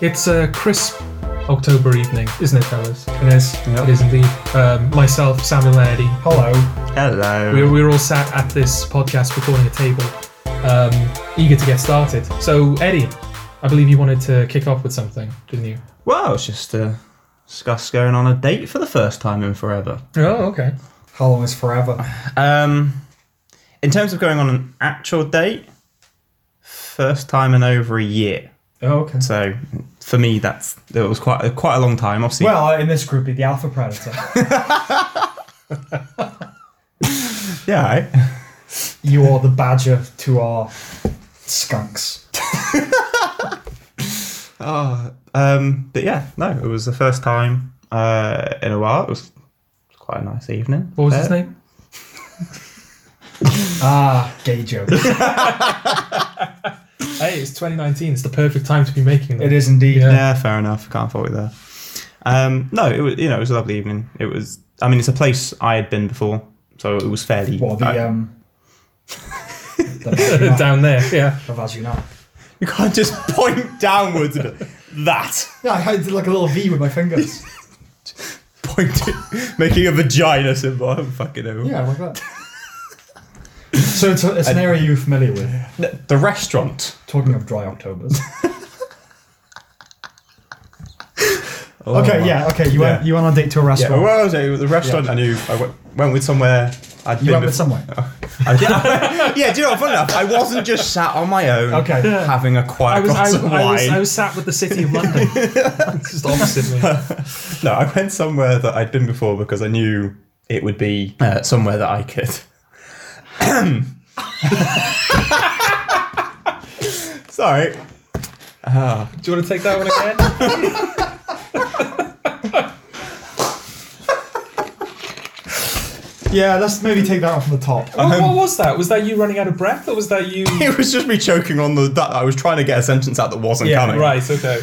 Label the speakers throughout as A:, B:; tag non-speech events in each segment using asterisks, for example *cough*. A: It's a crisp October evening, isn't it, fellas? It is. It
B: Yep.
A: is indeed. Um, myself, Samuel and Eddie. Hello.
B: Hello.
A: We're, we're all sat at this podcast recording a table, um, eager to get started. So, Eddie, I believe you wanted to kick off with something, didn't you?
B: well, it's just uh, discuss going on a date for the first time in forever.
A: Oh, okay.
C: How long is forever?
B: Um, in terms of going on an actual date, first time in over a year.
C: Oh, okay.
B: So for me, that's it was quite quite a long time. Obviously,
C: Well, uh, in this group, you're the alpha predator.
B: *laughs* yeah,
A: *laughs*
B: eh?
C: you are the badger to our skunks.
B: Um, but yeah, no, it was the first time uh, in a while. It was quite a nice evening.
A: What was
B: Uh,
A: his name?
C: Ah, gay joke.
A: Hey, it's 2019. It's the perfect time to be making them.
C: it is indeed.
A: Yeah.
B: Yeah, fair enough. Can't fault you there. Um, no, it was you know it was a lovely evening. It was. I mean, it's a place I had been before, so it was fairly. uh,
C: Well,
B: I-
C: the um, the
A: *laughs*
C: vagina.
A: Down there, yeah.
C: the vagina.
B: *laughs* you can't just point downwards. and be, that *laughs*
C: Yeah, I did like a little V with my fingers.
B: pointing, making a vagina symbol. I don't fucking know.
C: yeah, like that. So it's, a, it's an area you're familiar with.
B: The, the restaurant.
C: Talking of dry
B: *laughs*
C: Octobers.
B: Oh,
C: okay,
B: my-
C: yeah, okay. You went
B: Yeah.
C: you went on a date to a
B: Yeah,
C: restaurant.
B: well, where was it? It was the restaurant. I knew. I went, went with somewhere. I'd
C: you
B: been
C: went with
B: bef-
C: someone.
B: I did- I- *laughs* yeah, do you know what? Funny enough, I wasn't just sat on my own,
C: Okay.
B: having a quiet
A: I was, I,
B: glass of
A: I, was,
B: wine.
A: I was sat with the City of *laughs* London. it's just opposite *laughs* me.
B: No, I went somewhere that I'd been before because I knew it would be uh, somewhere that I could. *laughs* Sorry.
A: Do you want to take that one *laughs* again?
C: Yeah, let's maybe take that one from the top.
B: Uh,
A: what, Oh, what was that? Was that you running out of breath, or was that you?
B: It was just me choking on the. That I was trying to get a sentence out that wasn't
C: Yeah,
B: coming.
A: right. Okay.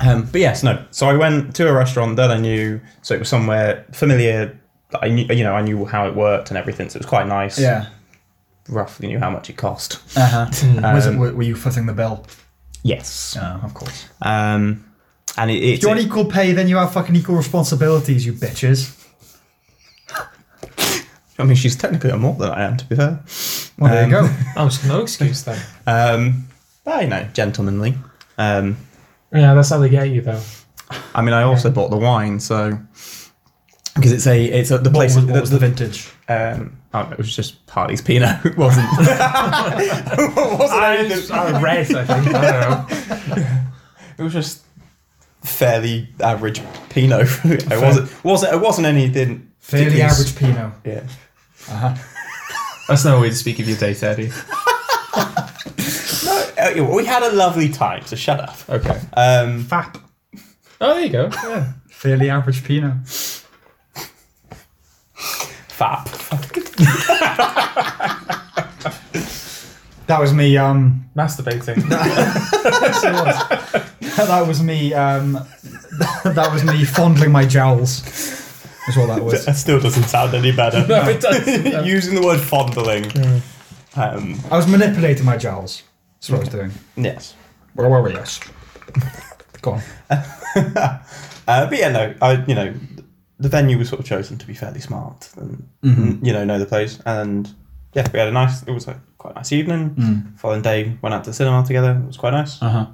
B: Um, but yes, no. So I went to a restaurant that I knew, so it was somewhere familiar. That I knew, you know, I knew how it worked and everything, so it was quite nice.
C: Yeah.
B: Roughly knew how much it cost.
C: *laughs* Uh-huh. Was it, were, were you footing the bill?
B: Yes.
C: Uh, of course.
B: Um, and it, it's
C: If you want equal pay, then you have fucking equal responsibilities, you bitches.
B: I mean, she's technically more than I am, to be fair.
C: Well, there you *laughs* go.
A: Oh, so no excuse then.
B: Um, but, you know, gentlemanly. Um,
A: Yeah, that's how they get you though.
B: I mean, I also bought the wine, so because it's a it's a, the
C: What
B: place.
C: was, what was the
B: the,
C: vintage?
B: um, I don't know, it was just Hardy's Pinot. *laughs* It wasn't. it wasn't anything.
A: I read. I think. I don't know.
B: It was just fairly average Pinot. *laughs* it wasn't. wasn't It wasn't anything.
C: Fairly
B: particularly-
C: average Pinot.
B: Yeah.
A: That's no way to speak of your date, Eddie.
B: No, uh, yeah, we had a lovely time. So shut up.
A: Okay.
B: Um,
C: Fap.
A: Uh, Oh, there you go. Yeah.
C: Fairly average Pinot.
B: fap.
C: That was me. Um, *laughs*
A: Masturbating.
C: yes, it was. that was me. Um, *laughs* that was me fondling my jowls. Is what that was.
B: *laughs* That still doesn't sound any better.
A: no, it doesn't. No.
B: *laughs* Using the word fondling. Um,
C: I was manipulating my jowls. That's what I was doing.
B: yes. *laughs*
C: Where were we? Yes. Go on.
B: Uh, but yeah, no, I you know the venue was sort of chosen to be fairly smart and you know know the place and yeah we had a nice it was a quite nice evening.
C: Hmm.
B: Following day went out to the cinema together. It was quite nice.
C: Uh huh.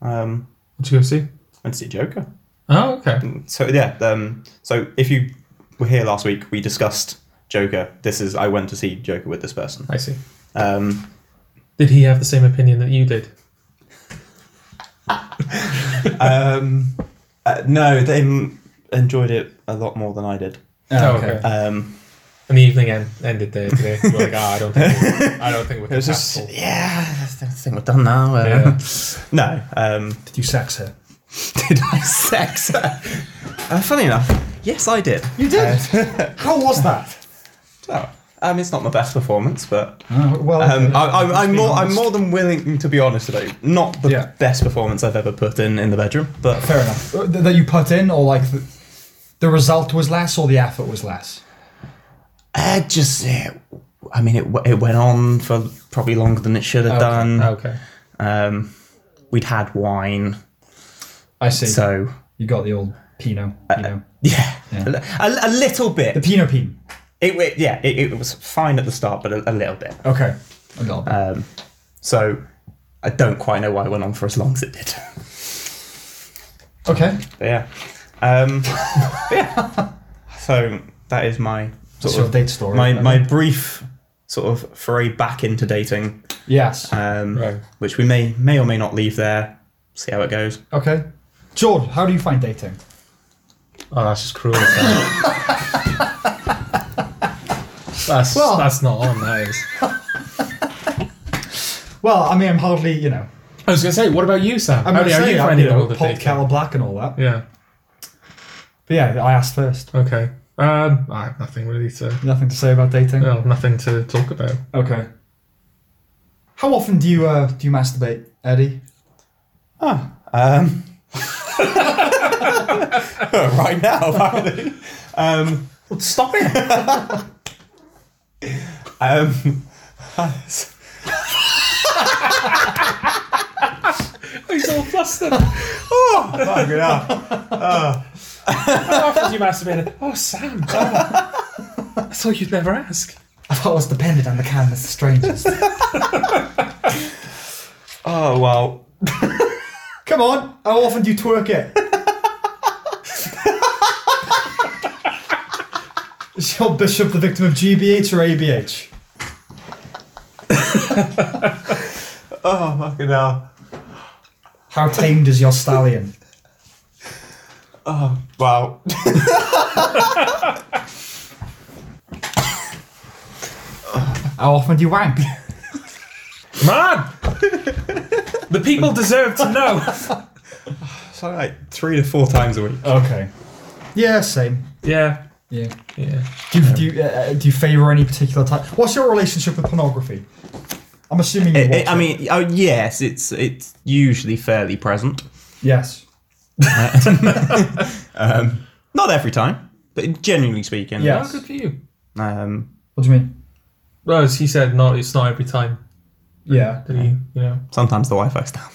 B: Um,
A: Did you go see?
B: went to see Joker.
A: Oh, okay.
B: So yeah, um, so if you were here last week, we discussed Joker. This is I went to see Joker with this person.
A: I see.
B: Um,
A: Did he have the same opinion that you did?
B: um, uh, no, they m- enjoyed it a lot more than I did.
A: Oh,
C: okay.
A: okay.
B: Um,
A: And the evening end, ended there *laughs* today. You were like, ah, I don't think. I don't think we're *laughs*
B: it was
A: compatible.
B: just yeah, I think we're done now. uh,
A: Yeah.
B: *laughs* No, um, *laughs*
C: Did you sex her?
B: Did I sex *laughs* her? Uh, funny enough, yes, I did.
C: You did. Uh, *laughs* How was that?
B: Well, um, it's not my best performance, but
C: Uh, well,
B: um, I,
C: let's
B: I, I'm
C: be
B: more I'm
C: honest.
B: more than willing to be honest about it. Not the
C: Yeah.
B: best performance I've ever put in in the bedroom, but
C: Fair enough. Uh, th- That you put in, or like the, the result was less, or the effort was less.
B: I just yeah, I mean it w- it went on for probably longer than it should have done.
A: Okay.
B: Um, we'd had wine.
C: I see.
B: So *laughs* uh,
C: you got the old Pinot. Pinot.
B: yeah,
C: Yeah.
B: A li- A, a little
C: the
B: bit.
C: Pinot Pin.
B: It, it yeah, it, it was fine at the start, but a, a little bit.
C: Okay. A little bit.
B: Um, so I don't quite know why it went on for as long as it did. *laughs*
C: okay.
B: But yeah, um, *laughs* but yeah. So that is my sort
C: That's your
B: of
C: date story.
B: my
C: I
B: my
C: think.
B: brief sort of foray back into dating,
C: Yes.
B: um,
A: Right.
B: which we may may or may not leave there. See how it goes.
C: Okay. George, how do you find dating?
D: Oh, that's just cruel. isn't
A: *laughs*
D: it? that's
C: Well-
A: That's not on. That is.
C: Well, I mean, I'm hardly, you know,
A: I was gonna say, what about you, Sam?
C: I'm
A: How
C: not
A: do- how
C: saying
A: you
C: I'm,
A: finding
C: you
A: the
C: know,
A: world of
C: pop
A: dating?
C: kettle black and all that.
A: Yeah.
C: But yeah, I asked first.
A: Okay. Um, I have nothing really to.
C: Nothing to say about dating.
A: Well, nothing to talk about.
C: Okay. How often do you uh, do you masturbate, Eddie? *laughs*
B: Oh, um, *laughs* right now, apparently. Um,
C: Stop it!
B: um,
A: He's all flustered.
B: oh, fucking hell.
A: How often do you masturbate? Oh, Sam. I thought you'd never ask.
C: I thought I was dependent on the kindness of strangers.
B: Oh, well.
C: Come on, how often do you twerk it? Is your bishop the victim of GBH or ABH?
B: Oh, fucking hell.
C: How tamed is your stallion?
B: Oh, wow.
C: How often do you wank?
A: Come on. the people deserve to know.
B: So, like three to four times a week.
C: Okay. Yeah, same.
A: Yeah.
C: Yeah.
A: Yeah.
C: Do you, do you, uh, do you favour any particular type? What's your relationship with pornography? I'm assuming you
B: It,
C: watch
B: it, I mean, oh, yes, it's it's usually fairly present.
C: Yes.
B: Um, not every time, but generally speaking.
C: Yeah.
A: Oh, good for you.
B: Um,
C: What do you mean?
A: Rose, he said not. It's not every time
C: Yeah.
A: that you, you know.
B: sometimes the Wi-Fi's down.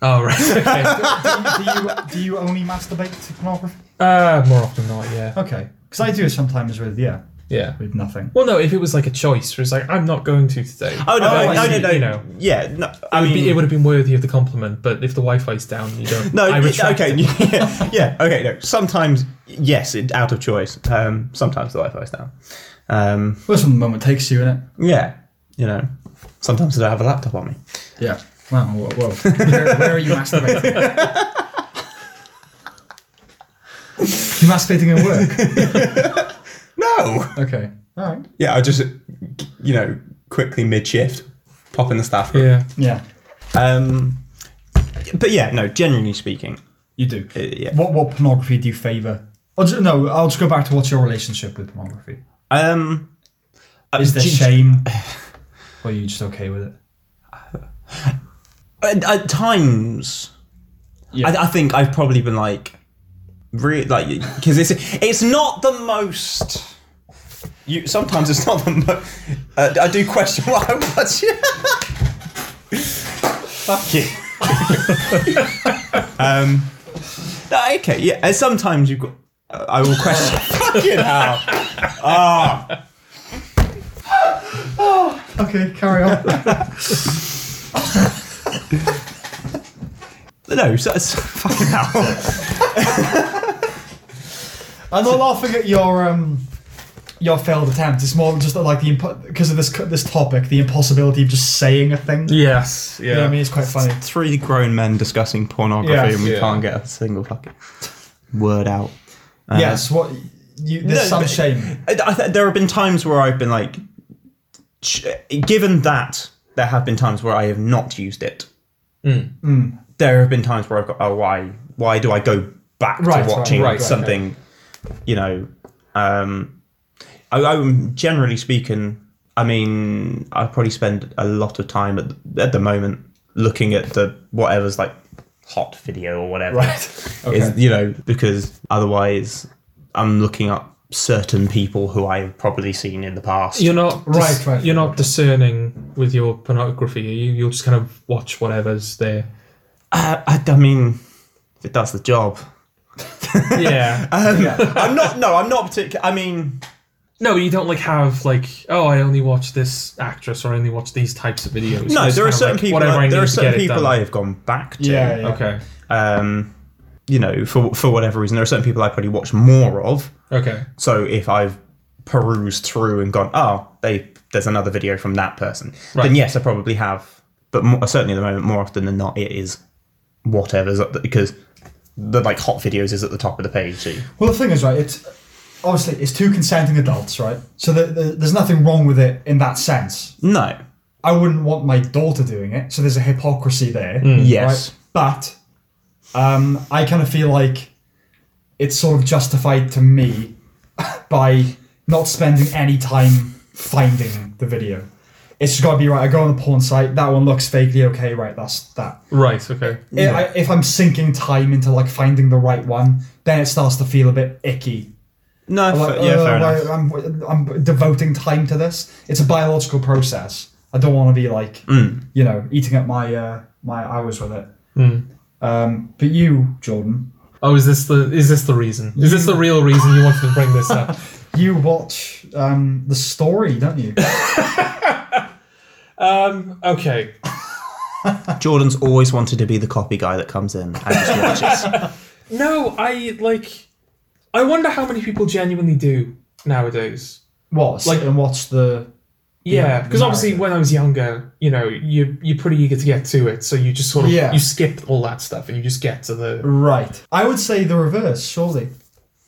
A: Oh right. *laughs* Okay.
C: do, you, do you only masturbate to pornography?
A: uh, more often than not. Yeah.
C: Okay. Because I do it sometimes with, yeah,
A: Yeah.
C: with nothing.
A: Well, no. If it was like a choice, where it's like I'm not going to today.
B: Oh no!
C: Oh,
B: no,
C: I
B: no,
C: see,
B: no, no,
A: you know.
B: Yeah, no.
A: I
B: I
A: mean,
B: mean,
A: it would have been worthy of the compliment, but if the Wi-Fi's down, you don't.
B: No,
A: *laughs* I
B: y-
A: retract
B: okay,
A: it.
B: *laughs*
A: *laughs*
B: yeah, yeah, okay. No, sometimes yes, it, out of choice. Um, sometimes the Wi-Fi's down. Um,
C: Listen, the moment takes you, innit?
B: yeah, you know, sometimes I don't have a laptop on me.
C: Yeah. Wow, whoa, whoa. Where, where are you *laughs* masturbating? you masturbating at work?
B: No.
C: Okay. All right.
B: Yeah, I just you know quickly mid shift pop in the staff room.
A: Yeah.
C: Yeah,
B: Um, but yeah, no. Generally speaking,
C: you do.
B: uh, yeah.
C: What what pornography do you favour? Or ju- no, I'll just go back to what's your relationship with pornography?
B: Um, uh,
C: Is there *laughs*
B: g-
C: shame? or are you just okay with it?
B: At, at times,
C: Yeah.
B: I, I think I've probably been like, re- like, because it's it's not the most. You sometimes it's not the most. Uh, I do question why I watch it. Fuck you. *laughs* um. no, Okay. Yeah. And sometimes you've got. Uh, I will question. Fucking hell. Ah.
C: Okay, carry *laughs* on.
B: no. So, so, fucking hell.
C: I'm not laughing at your um your failed attempt. It's more just like the because of this co- this topic, the impossibility of just saying a thing.
A: Yes. Yeah.
C: You know what I mean, it's quite funny.
B: Three grown men discussing pornography,
C: Yes.
B: and we
A: Yeah.
B: can't get a single fucking word out. Uh,
C: yes, what you there's some
B: No, but-
C: shame.
B: I, I, there have been times where I've been like, ch- given that there have been times where I have not used it.
A: Hmm.
B: There have been times where I've got, oh, why, why do I go back
C: Right,
B: to
C: right,
B: watching
C: right, right,
B: something? You know, um, I, I'm generally speaking. I mean, I probably spend a lot of time at the, at the moment looking at the whatever's like hot video or whatever
C: Right.
B: is you know because otherwise I'm looking up certain people who I've probably seen in the past.
A: You're not
C: Right, right.
A: You're not discerning with your
B: *laughs*
A: pornography. You you'll just kind of watch whatever's there.
B: I, I, I mean, if it does the job.
A: yeah.
B: Um, *laughs* I'm not. No, I'm not particular. I mean,
A: No, but you don't like have like oh I only watch this actress or I only watch these types of videos.
B: no.
A: It's
B: There are
A: kinda
B: certain
A: like,
B: people.
A: whatever I
B: I, there
A: need
B: are
A: to
B: certain
A: get it
B: people
A: done.
B: I have gone back to.
C: Yeah, yeah.
A: Okay.
B: Um, you know, for for whatever reason, there are certain people I probably watch more of.
A: Okay.
B: So if I've perused through and gone, oh, they there's another video from that person,
A: Right.
B: then yes, I probably have. But more, certainly at the moment, more often than not, it is whatever's up the, because the like hot videos is at the top of the page. So you-
C: Well, the thing is, right, it's obviously it's two consenting adults, right? So the, the, there's nothing wrong with it in that sense.
B: no,
C: I wouldn't want my daughter doing it, so there's a hypocrisy there.
B: Mm. yes,
C: But um, I kind of feel like it's sort of justified to me *laughs* by not spending any time finding the video. It's just got to be right. I go on the porn site. That one looks vaguely okay. Right, that's that.
A: Right. Okay.
C: If, I, if I'm sinking time into like finding the right one, then it starts to feel a bit icky.
B: no,
C: I'm
B: fa-
C: like,
B: yeah,
C: "Oh,
B: fair
C: why- I'm,
B: enough.
C: I'm devoting time to this. It's a biological process. I don't want to be like,
B: Mm.
C: you know, eating up my uh, my hours with it. Um, but you, Jordan,
A: Oh, is this the is this the reason? Is this the real reason you wanted to bring this
B: *laughs*
A: up?
C: you watch um, the story, don't you?
A: Um. Okay.
B: Jordan's always wanted to be the copy guy that comes in and just watches.
A: No, I like. I wonder how many people genuinely do nowadays.
C: what? Like
A: Like-
C: and watch the
A: Yeah,
C: Yeah,
A: because obviously
C: narrative.
A: when I was younger, you know, you you're pretty eager to get to it, so you just sort of
C: Yeah.
A: you skip all that stuff and you just get to the.
C: right. I would say the reverse, surely.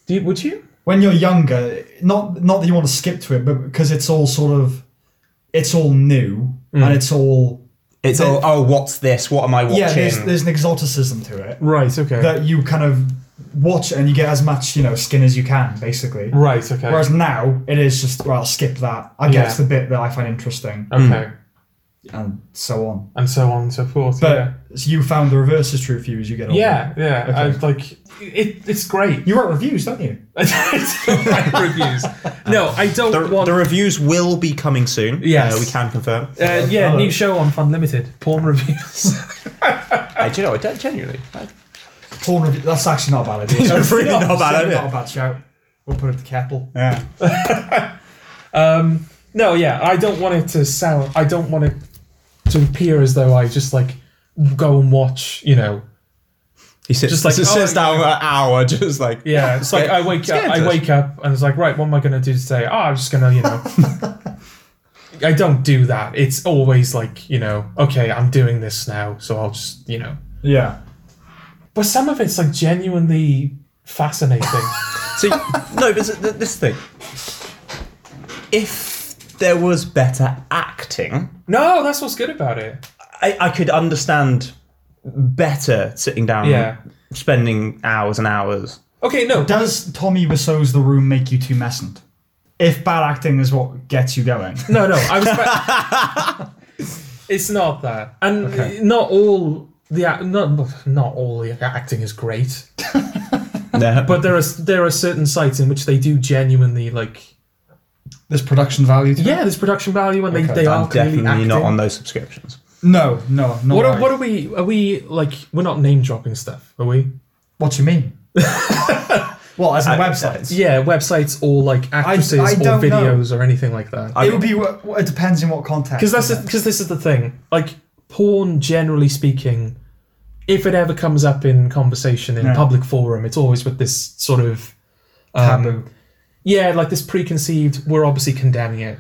A: Do you, would you?
C: When you're younger, not not that you want to skip to it, but because it's all sort of, it's all new
B: Mm.
C: and it's all
B: It's all, oh, what's this? What am I watching?
C: yeah. There's, there's an exoticism to it.
A: Right. Okay.
C: that you kind of watch and you get as much you know skin as you can basically
A: right. Okay.
C: whereas now it is just well I'll skip that I
A: Yeah.
C: get to the bit that I find interesting
B: Um,
A: okay.
C: and so on
A: And so on and so forth.
C: but
A: yeah.
C: so you found the reverse is true for you as you get older
A: Yeah, yeah.
C: Okay.
A: I like it. It's great. *laughs*
C: you write reviews don't you
A: I don't like reviews. No, I don't
B: the,
A: want.
B: the reviews will be coming soon.
A: Yes.
B: Uh, we can confirm.
A: uh, yeah, new show on Fun Limited. Porn reviews.
B: Uh, do you know? I don't genuinely. I-
C: porn review that's actually not a bad
B: *laughs*
C: idea
B: It's really not a bad
C: It's
B: idea.
C: not a bad shout we'll put it to kettle
B: yeah.
A: um, no, yeah, I don't want it to sound. I don't want it to appear as though I just like go and watch. You know,
B: He sits,
A: Just like,
B: sits,
A: oh,
B: sits down for an hour, *laughs* just like
A: *laughs* yeah. It's like I wake up. I wake up and it's like, right, what am I gonna do today? Oh, I'm just gonna, you know. *laughs* I don't do that. It's always like, you know, okay, I'm doing this now, so I'll just, you know.
C: yeah
A: But some of it's like genuinely fascinating. *laughs*
B: See, *laughs* no, but th- this thing. If there was better acting,
A: no, that's what's good about it.
B: I, I could understand better sitting down,
A: Yeah.
B: spending hours and hours.
A: Okay, no.
C: does Tommy Wiseau's The Room make you too messant if bad acting is what gets you
A: *laughs*
C: going
A: No, no. I was.
C: *laughs*
A: it's not that, and
C: Okay.
A: not all the ac- not not all the acting is great,
B: Yeah,
A: *laughs* but there are there are certain sites in which they do genuinely like.
C: there's production value to it
A: Yeah, there's production value, and
C: Okay.
A: they they
B: I'm
A: are clearly
B: definitely
A: acting.
B: not on those subscriptions.
C: no no not
A: what
C: what,
A: are, what are we? Are we like we're not name dropping stuff, are we?
C: what do
A: *laughs*
C: you mean well as in websites
A: Yeah, websites or like actresses
C: I
A: or
C: don't know.
A: videos or anything like that.
B: I
C: it would be. what- what- It depends in what context.
A: Because that's because this is the thing. Like porn, generally speaking, if it ever comes up in conversation in a
C: Yeah.
A: public forum, it's always with this sort of um,
C: taboo.
A: Yeah, like this preconceived. We're obviously condemning it.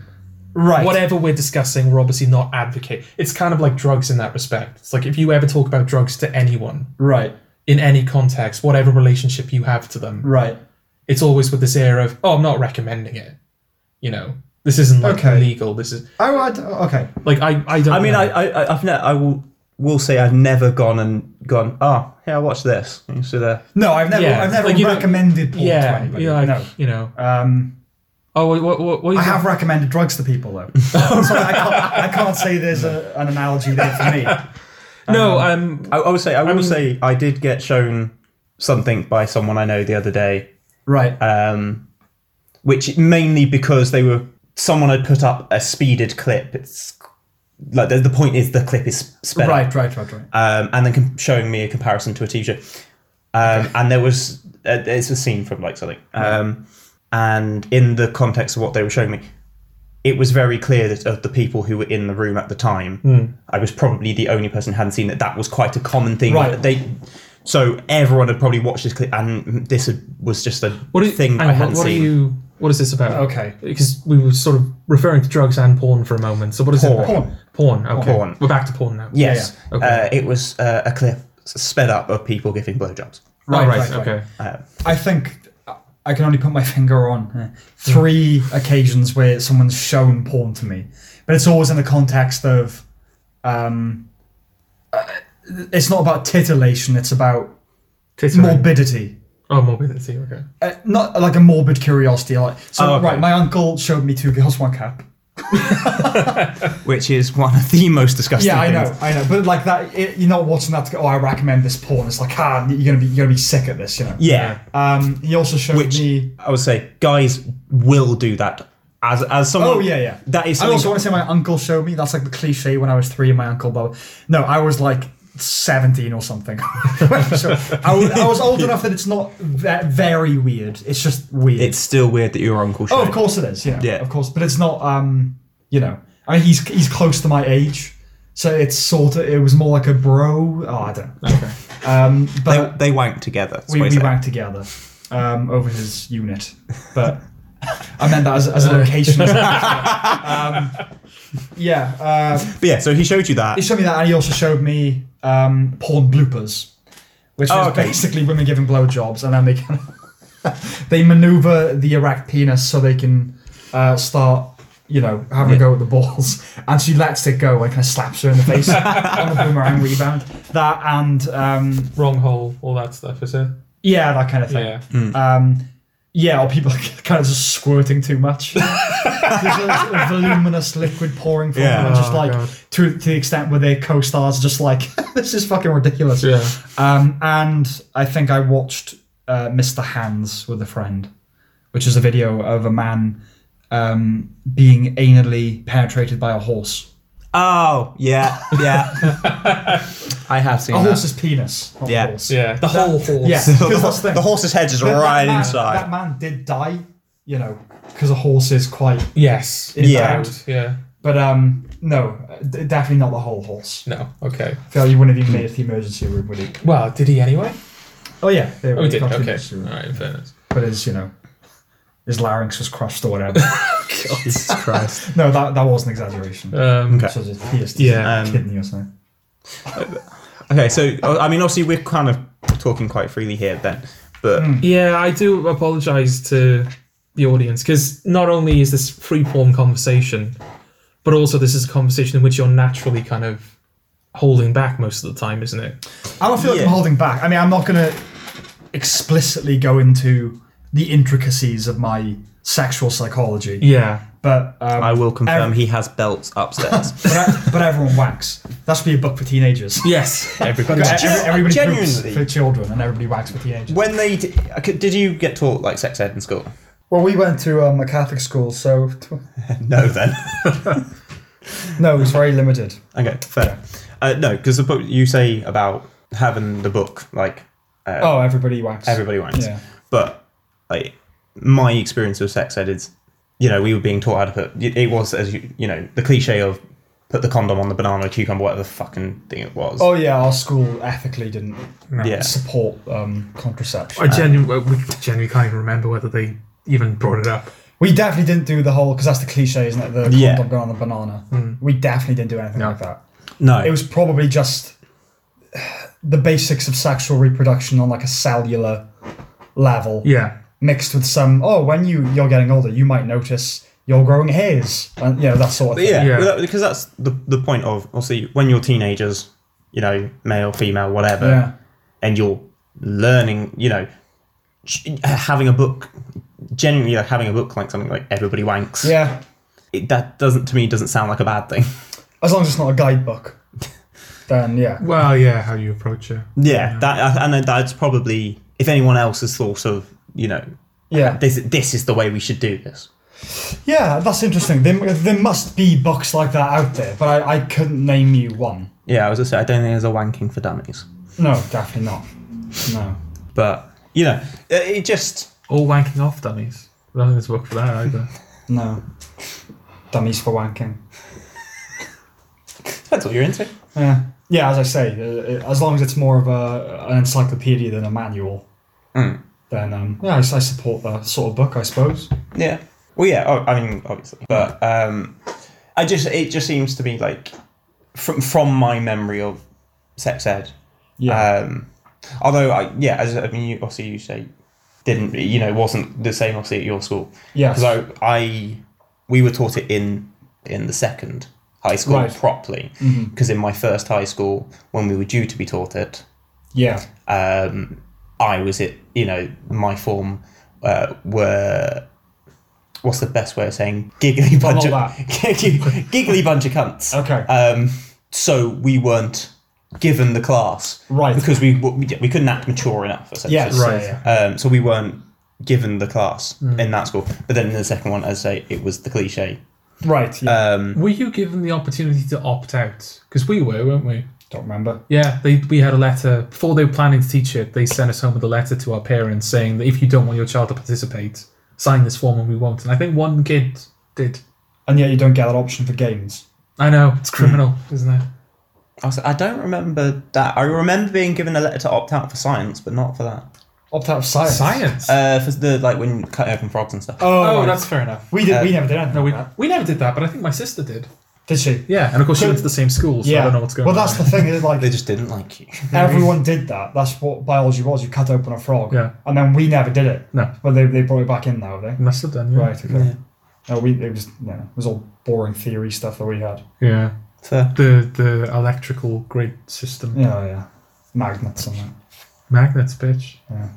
C: right.
A: Whatever we're discussing, we're obviously not advocate. It's kind of like drugs in that respect. It's like if you ever talk about drugs to anyone
C: Right.
A: in any context, whatever relationship you have to them,
C: Right.
A: it's always with this air of, "Oh, I'm not recommending it." You know, this isn't like
C: Okay.
A: legal. This is
C: Oh, I d- okay.
A: like I. I don't.
B: I mean,
A: know.
B: I, I, I- I've ne- I will will say I've never gone and gone. Oh, yeah, I watched this. You see there.
C: No, I've never.
A: Yeah,
C: I've never
A: like you don't-
C: recommended porn to
A: yeah,
C: anybody.
A: you're like,
C: no.
A: you know.
C: Um,
A: Oh, what, what, what, what do you
C: I have recommended drugs to people
A: *laughs*
C: though. so I can't, I can't say there's a, an analogy there for
A: *laughs*
C: me.
A: No, um,
B: I, I would say I will
A: mean-
B: say I did get shown something by someone I know the other day,
C: Right.
B: um, which mainly because they were someone had put up a speeded clip. It's like the, the point is the clip is sped up,
C: right. Right. Right. Right.
B: um, and then com- showing me a comparison to a TV show. Um, And there was uh, it's a scene from like something. Um, and in the context of what they were showing me, it was very clear that of the people who were in the room at the time, I was probably the only person who hadn't seen it. That was quite a common thing.
C: Right.
B: They. So everyone had probably watched this clip, and this had- was just a
A: What is
B: thing I
A: hang on,
B: hadn't
A: what, what
B: seen.
A: are you? What is this about?
C: Okay.
A: because we were sort of referring to drugs and porn for a moment. So what is
B: Porn.
A: it? Porn. Porn. Okay.
B: Porn.
A: We're back to porn now.
B: Yes,
A: Yeah, yeah. Okay.
B: Uh, it was uh, a clip sped up of people giving blowjobs. Uh,
A: Right, right,
C: right, right.
A: Okay.
C: I think I can only put my finger on eh, three occasions where someone's shown porn to me, but it's always in the context of, um, uh, it's not about titillation. It's about
A: Tittering.
C: morbidity.
A: oh, morbidity. Okay.
C: Uh, not like a morbid curiosity. Like so,
B: Oh, okay.
C: right? My uncle showed me two girls, one cup.
B: which is one of the most disgusting.
C: Yeah, I
B: things.
C: know, I know. But like that, it, you're not watching that to go. Oh, I recommend this porn. It's like, ah, you're gonna be, you're gonna be sick at this, you know.
B: Yeah,
C: Um, he also showed
B: which
C: me.
B: I would say guys will do that as as someone.
C: Oh yeah, yeah.
B: That is.
C: I
B: Something
C: also want to say my uncle showed me. That's like the cliche when I was three and my uncle. But no, I was like seventeen or something. *laughs* so I, was, I was old enough that it's not ve- very weird. It's just weird.
B: it's still weird that your uncle. Showed.
C: oh, of course it is. Yeah,
B: Yeah.
C: of course. But it's not. Um, you know, I mean, he's he's close to my age, so it's sort of it was more like a bro. Oh, I don't. know.
A: Okay.
C: Um, but
B: They, they wank together. that's
C: we,
B: what I
C: we
B: say.
C: ranked together um, over his unit, but *laughs* I meant that as, as a location. *laughs* um, yeah, uh,
B: But yeah, so he showed you that.
C: he showed me that, and he also showed me um, porn bloopers, which
B: Oh,
C: was
B: okay.
C: basically women giving blowjobs, and then they can *laughs* they maneuver the erect penis so they can uh, start. You know, having a go at the balls, and she lets it go and kind of slaps her in the
B: *laughs*
C: face on the boomerang rebound. That and um,
A: Wrong hole. All that stuff. Is it?
C: yeah, that kind of thing.
A: Yeah.
C: Um, yeah, or people *laughs* kind of just squirting too much. *laughs* There's a, a voluminous liquid pouring from
B: Yeah.
C: them, and just
A: Oh,
C: like
A: God.
C: to, to the extent where their co-stars are just like, *laughs* this is fucking ridiculous.
A: Yeah.
C: Um, and I think I watched uh, Mr. Hands with a friend, which is a video of a man um, being anally penetrated by a horse.
B: oh yeah, yeah. *laughs* I have seen
C: A
B: that. *laughs*
C: horse's penis, not
B: Yeah.
C: a horse.
A: Yeah. The whole horse.
C: Yeah.
B: So the,
C: Because
B: ho-
C: that's the thing.
B: the horse's head is
C: But that
B: right
C: man-
B: *laughs* inside.
C: That man did die, you know, because a horse is quite
A: Yes.
B: Yeah.
A: Yeah.
C: But um, no, d- definitely not the whole horse.
A: No. Okay.
C: Phil, you wouldn't have even made it to the emergency room, would you?
A: Well, did he anyway?
C: Oh yeah, they
A: Oh, he did.
C: got to the
A: Okay.
C: emergency
A: All
C: room.
A: right. In fairness.
C: But his, you know, his larynx was crushed or whatever. *laughs*
B: Jesus Christ.
C: no, that that was an exaggeration.
A: Um,
B: Okay.
C: So it's a PST,
A: Yeah,
B: um,
C: kidney or something.
B: Okay, so uh, I mean, obviously we're kind of talking quite freely here then, but
C: Hmm.
A: Yeah, I do apologize to the audience because not only is this free form conversation, but also this is a conversation in which you're naturally kind of holding back most of the time, isn't it?
C: I don't feel like
B: yeah.
C: I'm holding back. I mean, I'm not gonna explicitly go into the intricacies of my sexual psychology,
A: Yeah.
C: but um,
B: I will confirm
C: ev-
B: he has belts upstairs.
C: *laughs* But, e- but everyone whacks. That should be a book for teenagers. e-
A: Yes.
B: Everybody.
C: Every- everybody groups
B: Genuinely.
C: for children, and everybody whacks for teenagers.
B: When they d- did you get taught like sex ed in school?
C: Well, we went to um, a Catholic school, so *laughs*
B: No, then. *laughs*
C: no, it was very limited.
B: okay, fair. Uh, no, because the book you say about having the book, like
C: Oh, everybody whacks.
B: everybody wants.
C: Yeah.
B: But like my experience of sex ed is, you know, we were being taught how to put. It it was as you, you know the cliche of put the condom on the banana, cucumber, whatever the fucking thing it was.
C: Oh yeah, our school ethically didn't
B: Yeah.
C: support um, contraception.
A: *laughs* I genuinely, we genuinely can't even remember whether they even brought it up.
C: We definitely didn't do the whole because that's the cliche, isn't it? The condom
B: Yeah.
C: going on the banana. We definitely didn't do anything
A: No.
C: like that.
B: no,
C: It was probably just the basics of sexual reproduction on like a cellular level,
A: Yeah.
C: mixed with some. Oh, when you you're getting older, you might notice you're growing hairs, and you know that sort of
B: But
C: thing.
B: yeah,
A: Yeah.
B: well, that- because that's the the point of obviously when you're teenagers, you know, male, female, whatever,
C: Yeah.
B: and you're learning, you know, sh- having a book, genuinely like having a book like something like everybody wanks.
C: Yeah.
B: it, that doesn't to me doesn't sound like a bad thing.
C: As long as it's not a guidebook, then yeah.
A: Well, yeah, how you approach it.
B: *laughs* Yeah, that and then that's probably if anyone else has thought of, you know,
C: Yeah.
B: this this is the way we should do this.
C: Yeah, that's interesting. There, there must be books like that out there, but I, I couldn't name you one.
B: Yeah, I was gonna say I don't think there's a wanking for dummies.
C: No, definitely not. No.
B: But you know, uh, it, it just
A: All wanking off dummies. I don't think there's work for that *laughs* either.
C: No. Dummies for wanking.
B: that's what you're into.
C: Yeah. Yeah, as I say, uh, as long as it's more of a an encyclopedia than a manual,
B: Mm.
C: then um, yeah, I, I support that sort of book, I suppose.
B: Yeah. Well, yeah. Oh, I mean, obviously, but um, I just it just seems to me like from from my memory of sex ed.
C: Yeah.
B: Um, although I yeah, as I mean, you, obviously you say didn't you know wasn't the same obviously at your school
C: yeah.
B: because I, I we were taught it in in the second high school
C: Right.
B: properly
C: Mhm.
B: because in my first high school when we were due to be taught it
C: Yeah.
B: um, I was it, you know, my form uh, were. What's the best way of saying giggly
C: Well,
B: bunch
C: not
B: of giggly, *laughs* giggly
C: *laughs*
B: bunch of cunts?
C: Okay.
B: Um, so we weren't given the class,
C: Right.
B: Because we we, we couldn't act mature enough. Essentially.
C: yes.
A: right. Hmm.
C: Yeah, yeah.
B: Um, so we weren't given the class in that school. But then in the second one, as I say, it was the cliche.
C: Right. Yeah.
B: Um,
A: Were you given the opportunity to opt out? Because we were, weren't we?
C: Don't remember.
A: Yeah, they, we had a letter before they were planning to teach it. They sent us home with a letter to our parents saying that if you don't want your child to participate, sign this form and we won't. And I think one kid did.
C: And yet you don't get that option for games.
A: I know
C: Hmm.
A: it's criminal, isn't it?
B: I, was, I don't remember that. I remember being given a letter to opt out for science, but not for that.
C: Opt out of science.
A: Science.
B: Uh, for the like when cutting open frogs and stuff.
C: Oh,
A: oh,
C: right.
A: that's fair enough.
C: we did. we
B: uh,
C: never did anything.
A: No, we,
C: like that.
A: we never did that, but I think my sister did.
C: did she?
A: Yeah, and of course she
C: So-
A: went to the same school, so
C: yeah.
A: I don't know what's going
C: well,
A: on.
C: that's the thing.
A: *laughs*
C: Is like
B: They just didn't like you. *laughs*
C: everyone did that. That's what biology was. You cut open a frog.
A: Yeah.
C: And then we never did it.
A: No.
C: But they, they brought it back in now, have they?
A: Must have done, yeah.
C: Right. Okay. No, we it was yeah, it was all boring theory stuff that we had.
A: Yeah.
B: So,
A: The the electrical grid system.
C: Yeah, yeah. Magnets and that.
A: Magnets, bitch.
C: Yeah.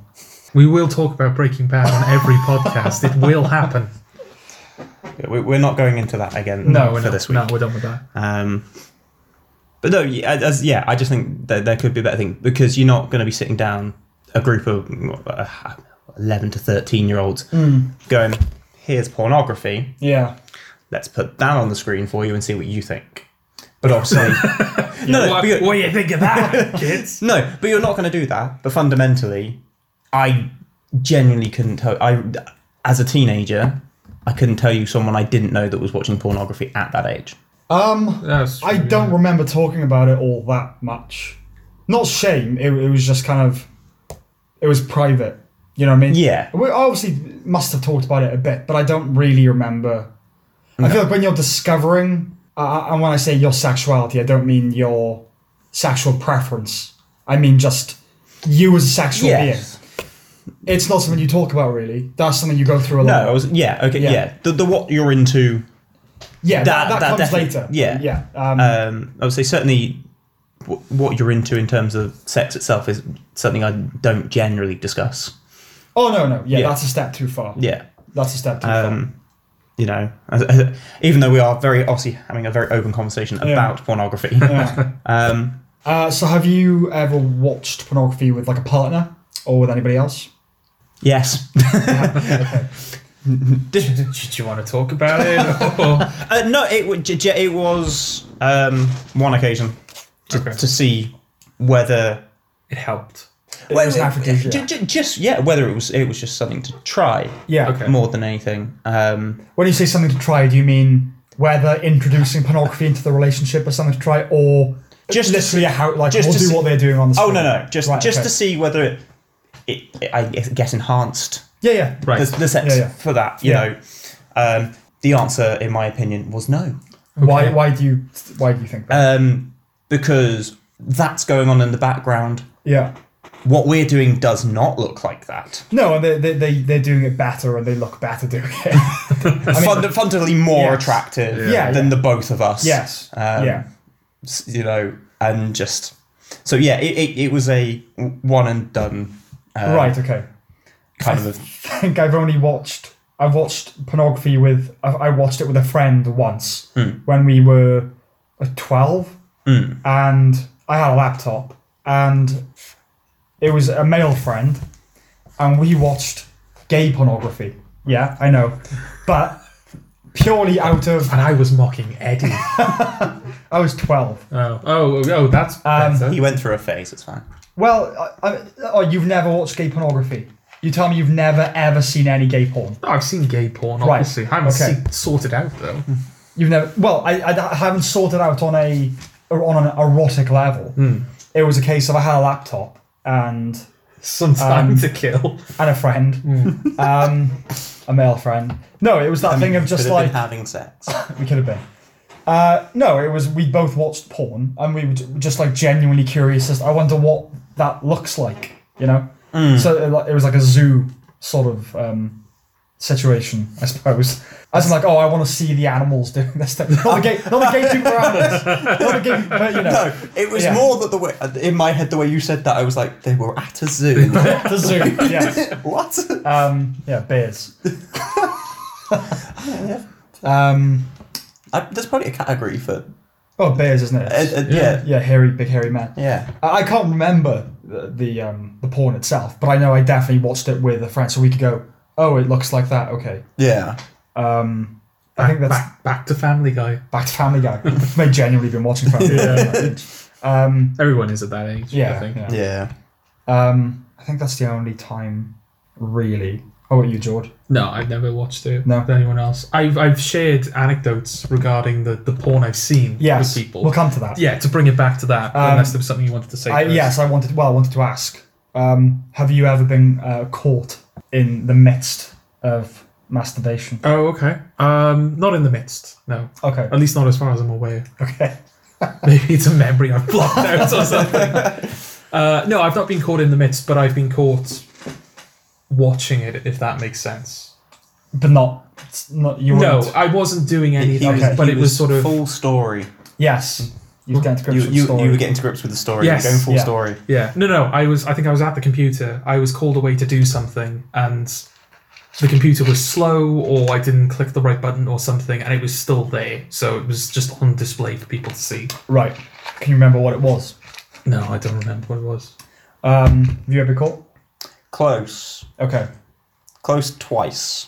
A: We will talk about Breaking Bad on every *laughs* podcast. It will happen.
B: yeah, we- we're not going into that again.
A: No, we're
B: for
A: not.
B: this week.
A: No, we're done with that.
B: Um, but no, yeah, as, yeah, I just think that there could be better things because you're not going to be sitting down a group of what, uh, eleven to thirteen year olds going, "Here's pornography.
C: Yeah.
B: Let's put that on the screen for you and see what you think." But obviously, no, no,
A: what,
B: but you're-
A: what do you think of
C: *laughs*
A: that, kids?
B: no, but you're not going to do that. But fundamentally, I genuinely couldn't tell. I, as a teenager, I couldn't tell you someone I didn't know that was watching pornography at that age.
C: Um,
A: That's
C: I
A: true,
C: don't remember talking about it all that much. Not shame. It, it was just kind of, it was private. You know what I mean?
B: Yeah.
C: We obviously must have talked about it a bit, but I don't really remember. I feel like when you're discovering, uh, and when I say your sexuality, I don't mean your sexual preference. I mean just you as a sexual
B: Yes.
C: being. It's not something you talk about really. That's something you go through a
B: No,
C: lot.
B: I was yeah okay
C: Yeah.
B: yeah, the, the what you're into.
C: yeah, that, that,
B: that- that
C: comes
B: defi-
C: later.
B: yeah.
C: yeah. Um,
B: Um, I would say certainly w- what you're into in terms of sex itself is something I don't generally discuss.
C: oh no, no, yeah,
B: yeah.
C: that's a step too far.
B: Yeah,
C: That's a step too far.
B: um, you know, even though we are very obviously having a very open conversation
C: Yeah.
B: about pornography.
C: Yeah.
B: *laughs* Um,
C: Uh, so, have you ever watched pornography with like a partner or with anybody else?
B: yes. *laughs*
A: yeah. Did you want to talk about it? *laughs*
C: *laughs*
A: Or-
B: Uh, no, it wa- j- j- it was um, one occasion to,
A: Okay.
B: to see whether
A: it helped.
C: It was an aphrodisiac.
B: j- j- just yeah, whether it was it was just something to try
C: Yeah.
A: Okay.
B: more than anything. Um,
C: When you say something to try, do you mean whether introducing pornography into the relationship is something to try, or just
B: Just to
C: literally how like
B: just
C: we'll
B: to
C: do
B: see-
C: what they're doing on the?
B: oh
C: screen?
B: no, no, just
C: Right,
B: just
C: okay.
B: to see whether it, it, it I guess enhanced
C: yeah, yeah,
A: Right.
B: the, the sex
C: Yeah, yeah.
B: for that. You
C: Yeah.
B: know, um, the answer in my opinion was no.
C: Why?
A: Okay.
C: Why do you? Why do you think that?
B: um, because that's going on in the background.
C: yeah.
B: What we're doing does not look like
C: *laughs*
B: that.
C: No, and they, they, they, they're doing it better and they look better doing
B: *laughs*
C: it.
B: Fund- fundamentally more
C: Yes.
B: attractive
C: Yeah,
B: than
C: yeah.
B: the both of us.
C: yes.
B: Um,
C: yeah.
B: s- You know, and just so yeah, it, it, it was a one and done. Uh,
C: right, okay.
B: Kind of.
C: *laughs* I think I've only watched. I've watched pornography with. I- I watched it with a friend once when we were uh, 12.
B: mm.
C: And I had a laptop. And it was a male friend. And we watched gay pornography. Yeah, I know. But purely out of.
A: And I was mocking Eddie.
C: *laughs* I was 12.
A: Oh, oh, oh, that's
C: Um,
A: better.
B: He went through a phase. It's fine.
C: Well, I, I, oh, you've never watched gay pornography. You tell me you've never ever seen any gay porn.
A: No, I've seen gay porn,
C: Right,
A: obviously. I haven't
C: okay. Hmm.
A: seen, sorted out though.
C: You've never. Well, I, I, I haven't sorted out on a or on an erotic level. It was a case of I had a laptop and
A: Some time
C: Um,
A: to kill.
C: and a friend, um, a male friend. No, it was that thing of just
B: Could have
C: like
B: been having sex.
C: we could have been. Uh, no, it was we both watched porn and we were j- just like genuinely curious. As I wonder what that looks like, you know.
B: Mm.
C: So it, like, it was like a zoo sort of um, situation, I suppose. As in like, oh, I want to see the animals doing this thing. Not the gay, not the gay people animals. Not the gay, but you know,
B: No, it was
C: Yeah.
B: more that the way uh, in my head the way you said that I was like they were at a
C: *laughs*
B: zoo.
C: the zoo.
B: *laughs*
C: Yeah,
B: what?
C: um, yeah,
B: *laughs*
C: bears. um,
B: I, there's probably a category for
C: oh, bears, isn't it?
B: uh, uh, yeah. yeah,
C: yeah, hairy, big hairy man.
B: yeah.
C: I I can't remember the the, um, the porn itself, but I know I definitely watched it with a friend, so we could go, "Oh, it looks like that." Okay.
B: Yeah.
C: Um, I
A: Back,
C: think that's
A: *laughs* back, back to Family Guy.
C: back to Family Guy. *laughs* May genuinely been watching Family Guy. Um,
A: Everyone is at that age, I
C: *laughs* yeah,
A: think.
C: yeah.
B: Yeah.
C: Um, I think that's the only time, really. How about you, George?
A: No, I've never watched it
C: No.
A: with anyone else. I've, I've shared anecdotes regarding the, the porn I've seen
C: Yes,
A: with people.
C: we'll come to that.
A: yeah, to bring it back to that,
C: Um,
A: unless there was something you wanted to say.
C: I,
A: first.
C: yes, I wanted. Well, I wanted to ask. Um, have you ever been uh, caught in the midst of masturbation?
A: Oh, okay. Um, not in the midst, no.
C: Okay.
A: At least not as far as I'm aware. *laughs*
C: Okay.
A: Maybe it's a memory I've blocked out or something. *laughs* Uh, no, I've not been caught in the midst, but I've been caught watching it, if that makes sense.
C: But not, it's not you.
A: No,
C: weren't-
A: I wasn't doing anything,
C: was-
A: but it was, sort of.
B: full story.
C: Yes. You've gotten to grips
B: You,
C: with
B: you,
C: the story.
B: you were getting to grips with the story.
A: Yes,
B: You were going full
C: yeah.
B: story.
A: Yeah, no, no. I was. I think I was at the computer. I was called away to do something, and the computer was slow, or I didn't click the right button, or something, and it was still there. So it was just on display for people to see.
C: right. Can you remember what it was?
A: No, I don't remember what it was.
C: Um, have you ever been caught?
B: Close.
C: Okay.
B: Close twice.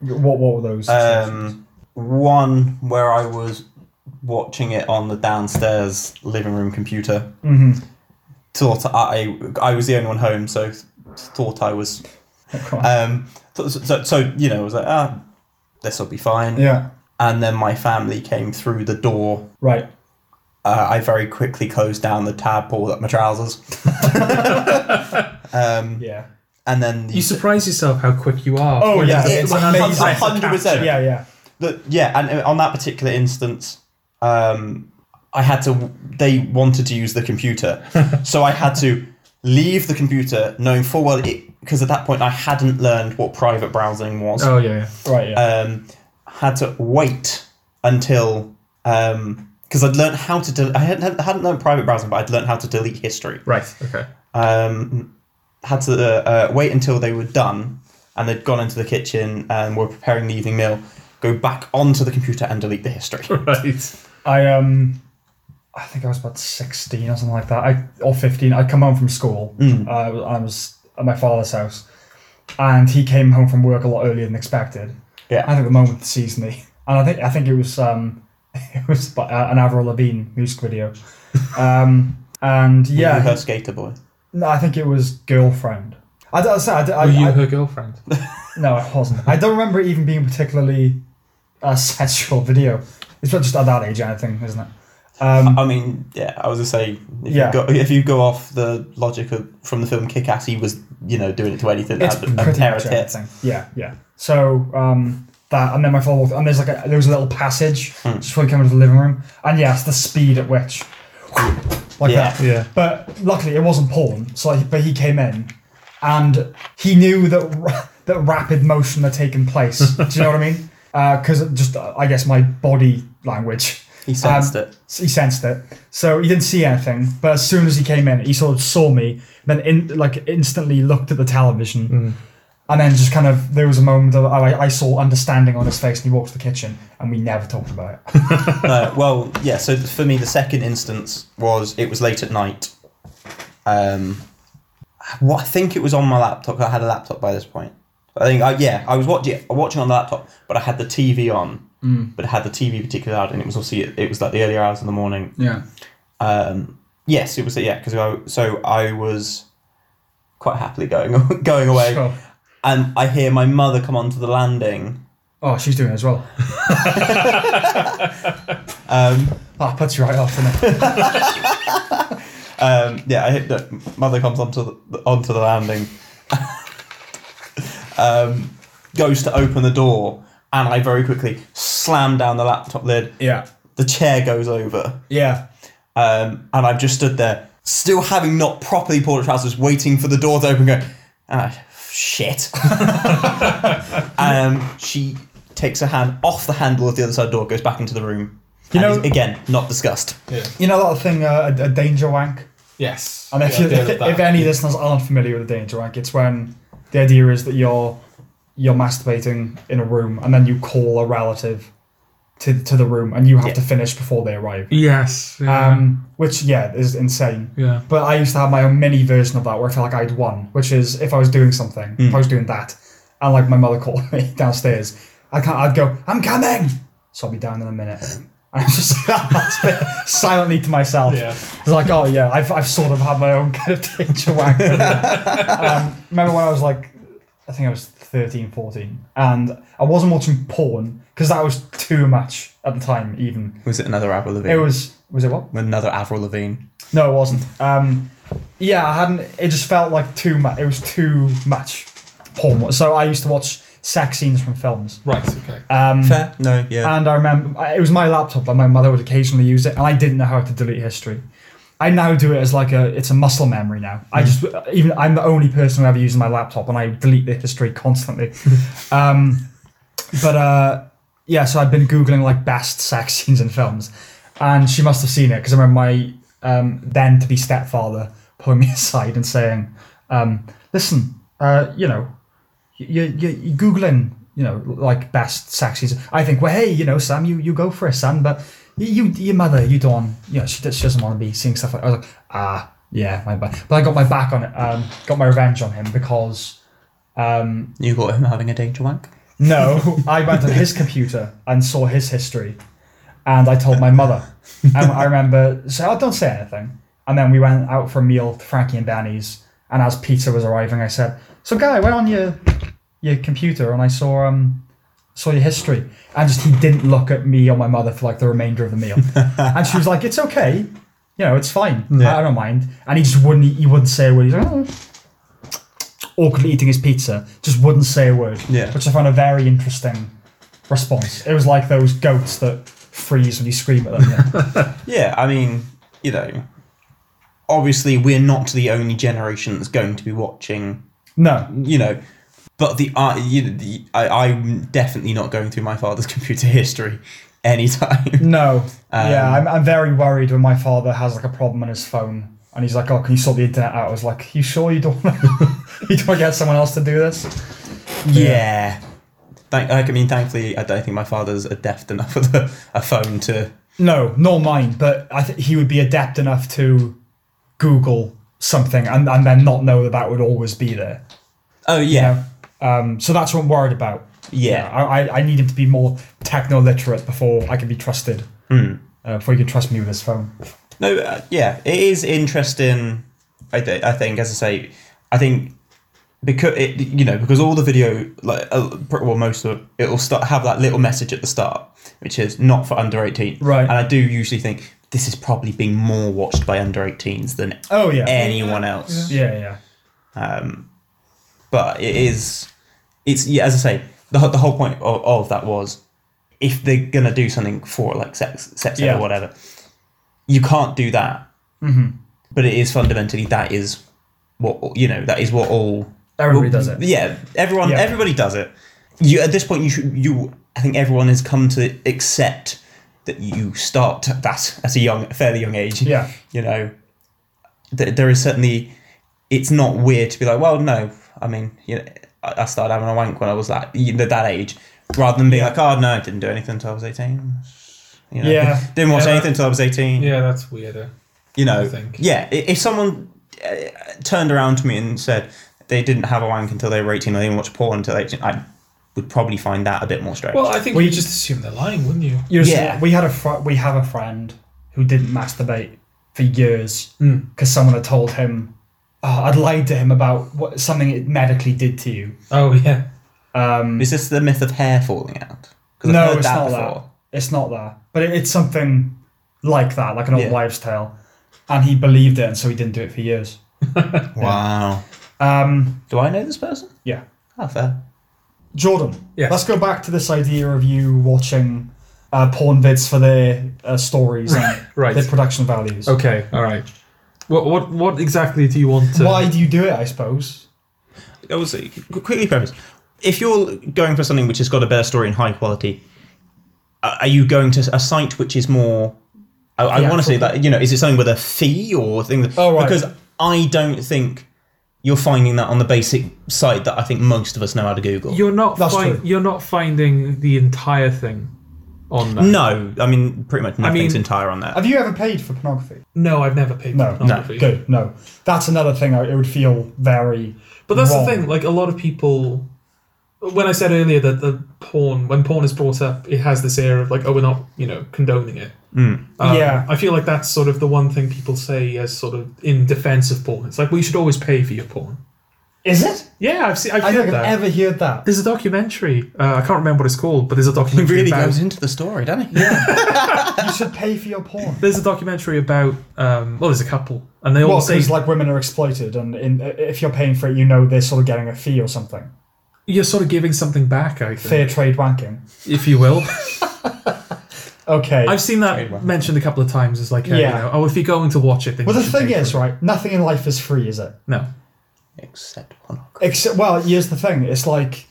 C: What What were those? *laughs*
B: Um, one where I was watching it on the downstairs living room computer.
C: hmm
B: Thought I I was the only one home, so th- thought I was. Um, so, so, so you know, I was like, ah, this will be fine.
C: yeah.
B: And then my family came through the door.
C: Right.
B: Uh, I very quickly closed down the tab, pulled up my trousers. um,
C: Yeah.
B: And then the,
A: You surprise yourself how quick you are.
C: Oh,
A: When
C: yeah,
A: you get
C: it's
A: one hundred
C: amazing.
A: percent to
B: 100%.
A: capture.
C: Yeah. Yeah.
B: the- yeah, and uh, on that particular instance, um, I had to. They wanted to use the computer, so I had to leave the computer, knowing full well it because at that point I hadn't learned what private browsing was.
A: Oh yeah, yeah.
C: Right. Yeah.
B: Um, had to wait until because I'd learned how to. del I hadn't, hadn't learned private browsing, but I'd learned how to delete history
A: Right. Okay. *laughs*
B: um, had to uh, wait until they were done and they'd gone into the kitchen and were preparing the evening meal, go back onto the computer and delete the history.
A: Right.
C: I um, I think I was about sixteen or something like that. I or fifteen. I'd come home from school.
B: Mm.
C: Uh, I was at my father's house, and he came home from work a lot earlier than expected. I
B: Yeah.
C: think the moment sees me, and I think I think it was um, *laughs* it was by, uh, an Avril Lavigne music
B: *laughs*
C: video, um, and *laughs*
B: You
C: yeah,
B: her skater boy.
C: no, I think it was girlfriend. I don't I, don't- I,
A: Were you
C: I-
A: her
C: *laughs*
A: girlfriend?
C: no, it wasn't. I don't remember it even being particularly a *laughs* sexual video. It's not just at that age, I think, isn't it? Um,
B: I mean, yeah, I was gonna say if
C: Yeah.
B: you go if you go off the logic of from the film Kick Ass, he was, you know, doing it to anything
C: it's
B: a- a
C: pretty
B: pair
C: much
B: of tits.
C: everything. Yeah, yeah. So um, that, and then my follow and there's like a, there was a little passage
B: Hmm.
C: just before we came into the living room, and yes, the speed at which, like
B: Yeah.
C: that.
A: Yeah.
C: But luckily, it wasn't porn. So, like, but he came in, and he knew that ra- that rapid motion had taken place. Do you know what I
B: *laughs*
C: mean? Because just, uh, I guess, my body language.
B: He sensed it.
C: s- He sensed it. So he didn't see anything. But as soon as he came in, he sort of saw me. Then, in, like, instantly looked at the television.
B: Mm.
C: And then just kind of, there was a moment of, I, I saw understanding on his face and he walked to the kitchen and we never talked about it.
B: uh, well, yeah. So th- for me, the second instance was it was late at night. Um, what I think it was on my laptop. 'cause I had a laptop by this point. I think, I, yeah, I was watching watching on the laptop, but I had the TV on, but I had the TV particularly loud, and it was obviously it was like the earlier hours in the morning.
D: Yeah.
B: Um, Yes, it was yeah. Because I so I was quite happily going *laughs* going away,
C: Sure.
B: and I hear my mother come onto the landing.
C: Oh, she's doing it as
B: *laughs*
C: well. *laughs*
B: Um,
C: That puts you right off, doesn't it?
B: um, yeah, I hit the mother comes onto the onto the landing, *laughs* um, goes to open the door, and I very quickly slam down the laptop lid.
C: yeah.
B: The chair goes over,
C: Yeah.
B: um, and I've just stood there, still having not properly pulled up trousers, waiting for the door to open. Going, ah, shit. *laughs* um, she takes her hand off the handle of the other side door, goes back into the room.
C: You
B: and
C: know-
B: is, again, not discussed.
A: Yeah.
C: You know that thing, uh, a, a danger wank?
A: Yes.
C: And if,
A: Yeah,
C: you,
A: I did
C: if,
A: that.
C: if any listeners aren't familiar with a danger wank, it's when the idea is that you're you're masturbating in a room and then you call a relative to, to the room and you have
B: Yeah.
C: to finish before they arrive.
A: Yes. Yeah.
C: Um, which yeah is insane.
A: yeah.
C: But I used to have my own mini version of that where I felt like I'd won, which is if I was doing something, if I was doing that, and like my mother called me *laughs* downstairs, I can't. I'd go, I'm coming. So I'll be down in a minute. *laughs* And I'm just silently to myself.
A: Yeah.
C: It's like, oh yeah, I've, I've sort of had my own *laughs* kind of
A: *laughs*
C: danger wank. um, remember when I was like, I think I was 13, 14, and I wasn't watching porn because that was too much at the time. Even
B: Was it another Avril Lavigne?
C: it was was it what?
B: another Avril Lavigne.
C: No, it wasn't. Um, yeah, I hadn't. It just felt like too much. It was too much porn. So I used to watch sex scenes from films.
A: Right. Okay.
C: Um,
B: Fair? No, yeah.
C: And I remember I- it was my laptop, and my mother would occasionally use it, and I didn't know how to delete history. I now do it as like a it's a muscle memory now. I just even I'm the only person who ever uses my laptop, and I delete the history constantly. um, but uh, yeah, so I've been googling like best sex *laughs* scenes in films, and she must have seen it because I remember my um, then to be stepfather pulling me *laughs* aside and saying, um, "Listen, uh, you know, you you you're googling, you know, like best sex scenes. I think, well, hey, you know, Sam, you, you go for it, Sam, but you, you your mother, you don't, want- you know, she, does- she doesn't want to be seeing stuff like." I was like, "Ah, yeah, my bad," but I got my back on it, um, got my revenge on him because. Um,
B: You got him having a danger wank?
C: no, I went on his computer and saw his history, and I told my mother. And I remember, so I don't say anything. And then we went out for a meal to Frankie and Danny's, and as pizza was arriving, I said, "So, guy, I went on your your computer, and I saw um saw your history." And just he didn't look at me or my mother for like the remainder of the meal, and she was like, "It's okay." You know, it's fine. I, I don't mind. And he just wouldn't. He wouldn't say a word. He's like, oh, awkwardly eating his pizza, just wouldn't say a word.
B: Yeah.
C: Which I found a very interesting response. It was like those goats that freeze when you scream at them.
B: Yeah, I mean, you know, obviously we're not the only generation that's going to be watching,
C: no.
B: you know, but the, uh, you know, the I, I'm definitely not going through my father's *laughs* computer history anytime.
C: No.
B: Um,
C: yeah, I'm, I'm very worried when my father has like a problem on his phone and he's like, oh, can you sort the internet out? I was like, you sure you don't want *laughs* you don't wanna get someone else to do this?
B: *laughs* yeah. Thank, I mean, thankfully, I don't think my father's adept enough *laughs* with a, a phone to.
C: No, nor mine, but I think he would be adept enough to Google something and, and then not know that that would always be there.
B: Oh, yeah.
C: Um, so that's what I'm worried about.
B: Yeah.
C: I, I- I need him to be more techno literate before I can be trusted.
B: Hmm.
C: Uh, before you can trust me with his phone.
B: No, uh, yeah, it is interesting. I, th- I think, as I say, I think because it, you know, because all the video, like, uh, pr- well, most of it will start have that little message at the start, which is not for under eighteen.
C: Right.
B: And I do usually think this is probably being more watched by under 18s than
C: Oh yeah.
B: anyone else.
C: yeah, yeah.
B: Um, but it is, it's yeah. As I say, the whole- the whole point of, of that was, if they're gonna do something for like sex, sex ed
C: Yeah.
B: or whatever, you can't do that. But it is fundamentally that is what you know. That is what all
C: Everybody
B: well,
C: does it.
B: Yeah, everyone.
C: Yeah.
B: Everybody does it. You at this point, you should. You, I think everyone has come to accept that you start that at a young, fairly young age.
C: Yeah.
B: You know, th- there is certainly. It's not weird to be like, well, no. I mean, you know, I I started having a wank when I was that you know, that age, rather than being like, oh no, I didn't do anything until I was eighteen. You know,
C: Yeah.
B: didn't watch
A: Yeah, that-
B: anything until I was eighteen
A: Yeah, that's weirder.
B: you know,
A: I think.
B: yeah, i- if someone uh, turned around to me and said they didn't have a wank until they were 18 or they didn't watch porn until 18, I would probably find that a bit more strange.
A: Well, I think
C: Well,
A: you
C: you-
A: just assume they're lying, wouldn't you?
C: You're just-
B: Yeah.
C: we had a fr- we have a friend who didn't masturbate for years
A: Hmm.
C: because someone had told him, oh, I'd lied to him about what, something it medically did to you.
A: Oh yeah.
C: Um,
B: Is this the myth of hair falling out? 'Cause I've
C: no,
B: heard
C: it's not
B: that
C: that. It's not that. But it, it's something like that, like an old
B: Yeah.
C: wives' tale. And he believed it, and so he didn't do it for years.
B: Wow.
C: Um,
B: Do I know this person?
C: yeah.
B: Ah, fair.
C: Jordan,
A: Yes.
C: let's go back to this idea of you watching uh, porn vids for their uh, stories
B: *laughs*
C: and
A: Right.
C: their production values.
A: Okay. All right. What what what exactly do you want to?
C: Why do you do it, I suppose?
B: Also, qu- quickly preface: if you're going for something which has got a better story and high quality, a- are you going to a site which is more? I, I
C: Yeah,
B: want to say
C: cool.
B: that you know, is it something with a fee or thing? That,
C: Oh, right.
B: Because I don't think you're finding that on the basic site that I think most of us know how to Google.
A: You're not
C: That's
A: fin-
C: true.
A: you're not finding the entire thing on that.
B: no, I mean pretty much nothing's
A: mean-
B: entire on that.
C: Have you ever paid for pornography?
A: No, I've never paid
C: No,
A: for pornography.
C: Good, no. That's another thing. I- It would feel very.
A: But that's
C: wrong.
A: the thing. Like a lot of people, when I said earlier that the porn, when porn is brought up, it has this air of like, oh, we're not, you know, condoning it. Um,
C: Yeah.
A: I feel like that's sort of the one thing people say as sort of in defense of porn. It's like we should always pay for your porn.
C: Is it?
A: Yeah, I've seen. I've
C: I don't
A: heard
C: think
A: that.
C: I've ever heard that.
A: There's a documentary. Uh, I can't remember what it's called, but there's a
B: He
A: documentary.
B: really
A: about,
B: goes into the story, doesn't he? Yeah.
C: You should pay for your porn.
A: There's a documentary about. Um, well, there's a couple, and they all
C: *laughs* Well,
A: say
C: because like women are exploited, and in, if you're paying for it, you know they're sort of getting a fee or something.
A: you're sort of giving something back. I think,
C: Fair trade wanking.
A: if you
C: *laughs*
A: will.
C: Okay.
A: I've seen that mentioned a couple of times as like, uh,
C: Yeah.
A: you know, oh, if you're going to watch it, then
C: well,
A: you
C: the
A: should
C: thing
A: pay for
C: is,
A: it.
C: right? Nothing in life is free, is it?
A: No.
B: *laughs* Except pornography.
C: Except, well, here's the thing. It's like,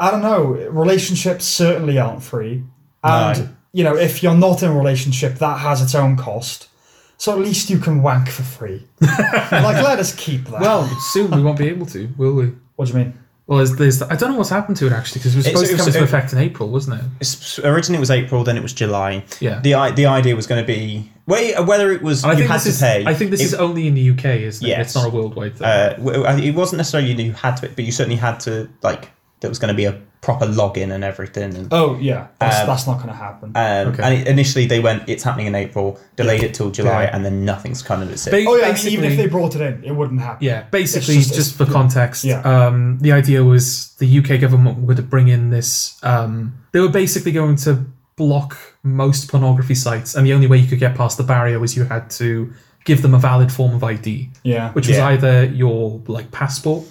C: I don't know. Relationships certainly aren't free, and
B: No.
C: you know, if you're not in a relationship, that has its own cost. So at least you can wank
A: *laughs*
C: for free. like, let us keep that.
A: Well, soon we won't be able to, will we?
C: what do you mean?
A: Well, there's, there's I don't know what's happened to it actually because it was
B: It's-
A: supposed
B: it was-
A: to come
B: it-
A: into effect in April, wasn't it?
B: It's, originally it was April, then it was July.
A: Yeah.
B: The i- the idea was going to be wait, whether it was
A: And I
B: you
A: think
B: had
A: this
B: to
A: is
B: pay.
A: I think this
B: it-
A: is only in the UK, isn't it?
B: Yes.
A: It's not a worldwide thing.
B: uh, w- I- it wasn't necessarily you had to, but you certainly had to like there was going to be a proper login and everything. And,
C: Oh yeah, that's,
B: Um,
C: that's not going to happen.
A: uh,
B: um,
A: okay.
B: and it- initially they went, it's happening in April, delayed it till July,
A: Yeah.
B: and then nothing's kind of it.
A: Ba-
C: oh yeah, I mean,
A: basically-
C: even if they brought it in, it wouldn't happen.
A: yeah, basically,
C: it's just-
A: just,
C: it's-
A: for
C: yeah.
A: context,
C: Yeah.
A: um, the idea was the UK government would bring in this. Um, they were basically going to block most pornography sites, and the only way you could get past the barrier was you had to give them a valid form of ID.
C: Yeah. Mm.
A: which was
B: Yeah.
A: either your like passport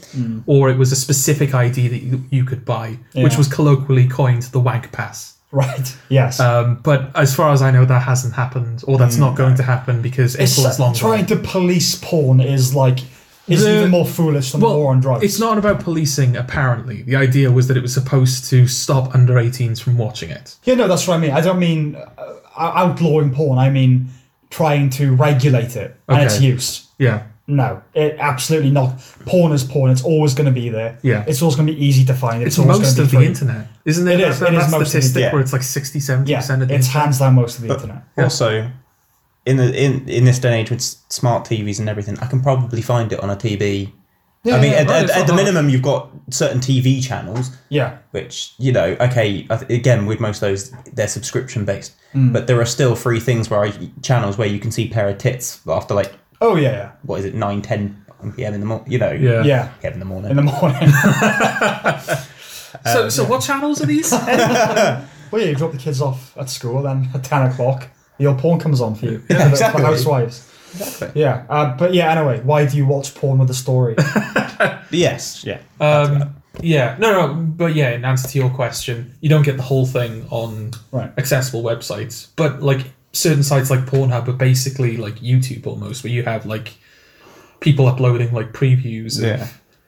A: or it was a specific ID that you, you could buy, which
C: Yeah.
A: was colloquially coined the wank pass.
C: right. Yes.
A: Um, but as far as I know, that hasn't happened, or that's not going to happen because
C: Mm, it's
A: April's long
C: trying
A: gone.
C: to police porn is like is
A: The-
C: even more foolish than the war on drugs.
A: it's not about policing. Apparently, the idea was that it was supposed to stop under 18s from watching it.
C: Yeah, no, that's what I mean. I don't mean uh, outlawing porn. I mean trying to regulate it and its
A: Okay.
C: use.
A: Yeah,
C: No, it absolutely not. Porn is porn. It's always going to be there.
A: Yeah.
C: it's always going to be easy to find. It's,
A: it's
C: always
A: most
C: gonna
A: of
C: be
A: the
C: free.
A: internet, isn't it?
C: It
A: That-
C: is,
A: that,
C: it
A: that
C: is most of the-
A: statistic
B: yeah.
A: where it's like 60, 70
C: Yeah,
A: percent of the
C: it's
A: internet. Uh.
C: hands down most of the internet.
B: Also, in the in in this day and age with s- smart TVs and everything, I can probably find it on a TV. I mean,
C: yeah,
B: at,
A: right,
B: at,
A: it's
B: at
A: not
B: the
A: hard.
B: minimum, you've got certain TV channels,
C: Yeah,
B: which you know, okay, I th- again with most of those, they're subscription based,
A: Hmm.
B: but there are still free things where I, channels where you can see pair of tits after like
C: Oh yeah,
B: what is it 9 10 p.m in the morning you know
C: yeah.
A: Yeah.
C: yeah.
B: p.m in the morning
C: In the morning. *laughs*
A: So, so what channels are
C: *laughs*
A: these?
C: well, yeah, you drop the kids off at school then at ten o'clock. Your porn comes on for you. Yeah,
B: exactly.
C: For housewives.
B: Exactly.
C: Yeah, uh, but yeah. Anyway, why do you watch porn with
A: *laughs*
C: a story?
B: yes yeah
A: Um, yeah, no, no, but yeah, in answer to your question, you don't get the whole thing on
C: Right.
A: accessible websites, but like certain sites like Pornhub are basically like YouTube almost, where you have like people uploading like previews of
B: Yeah.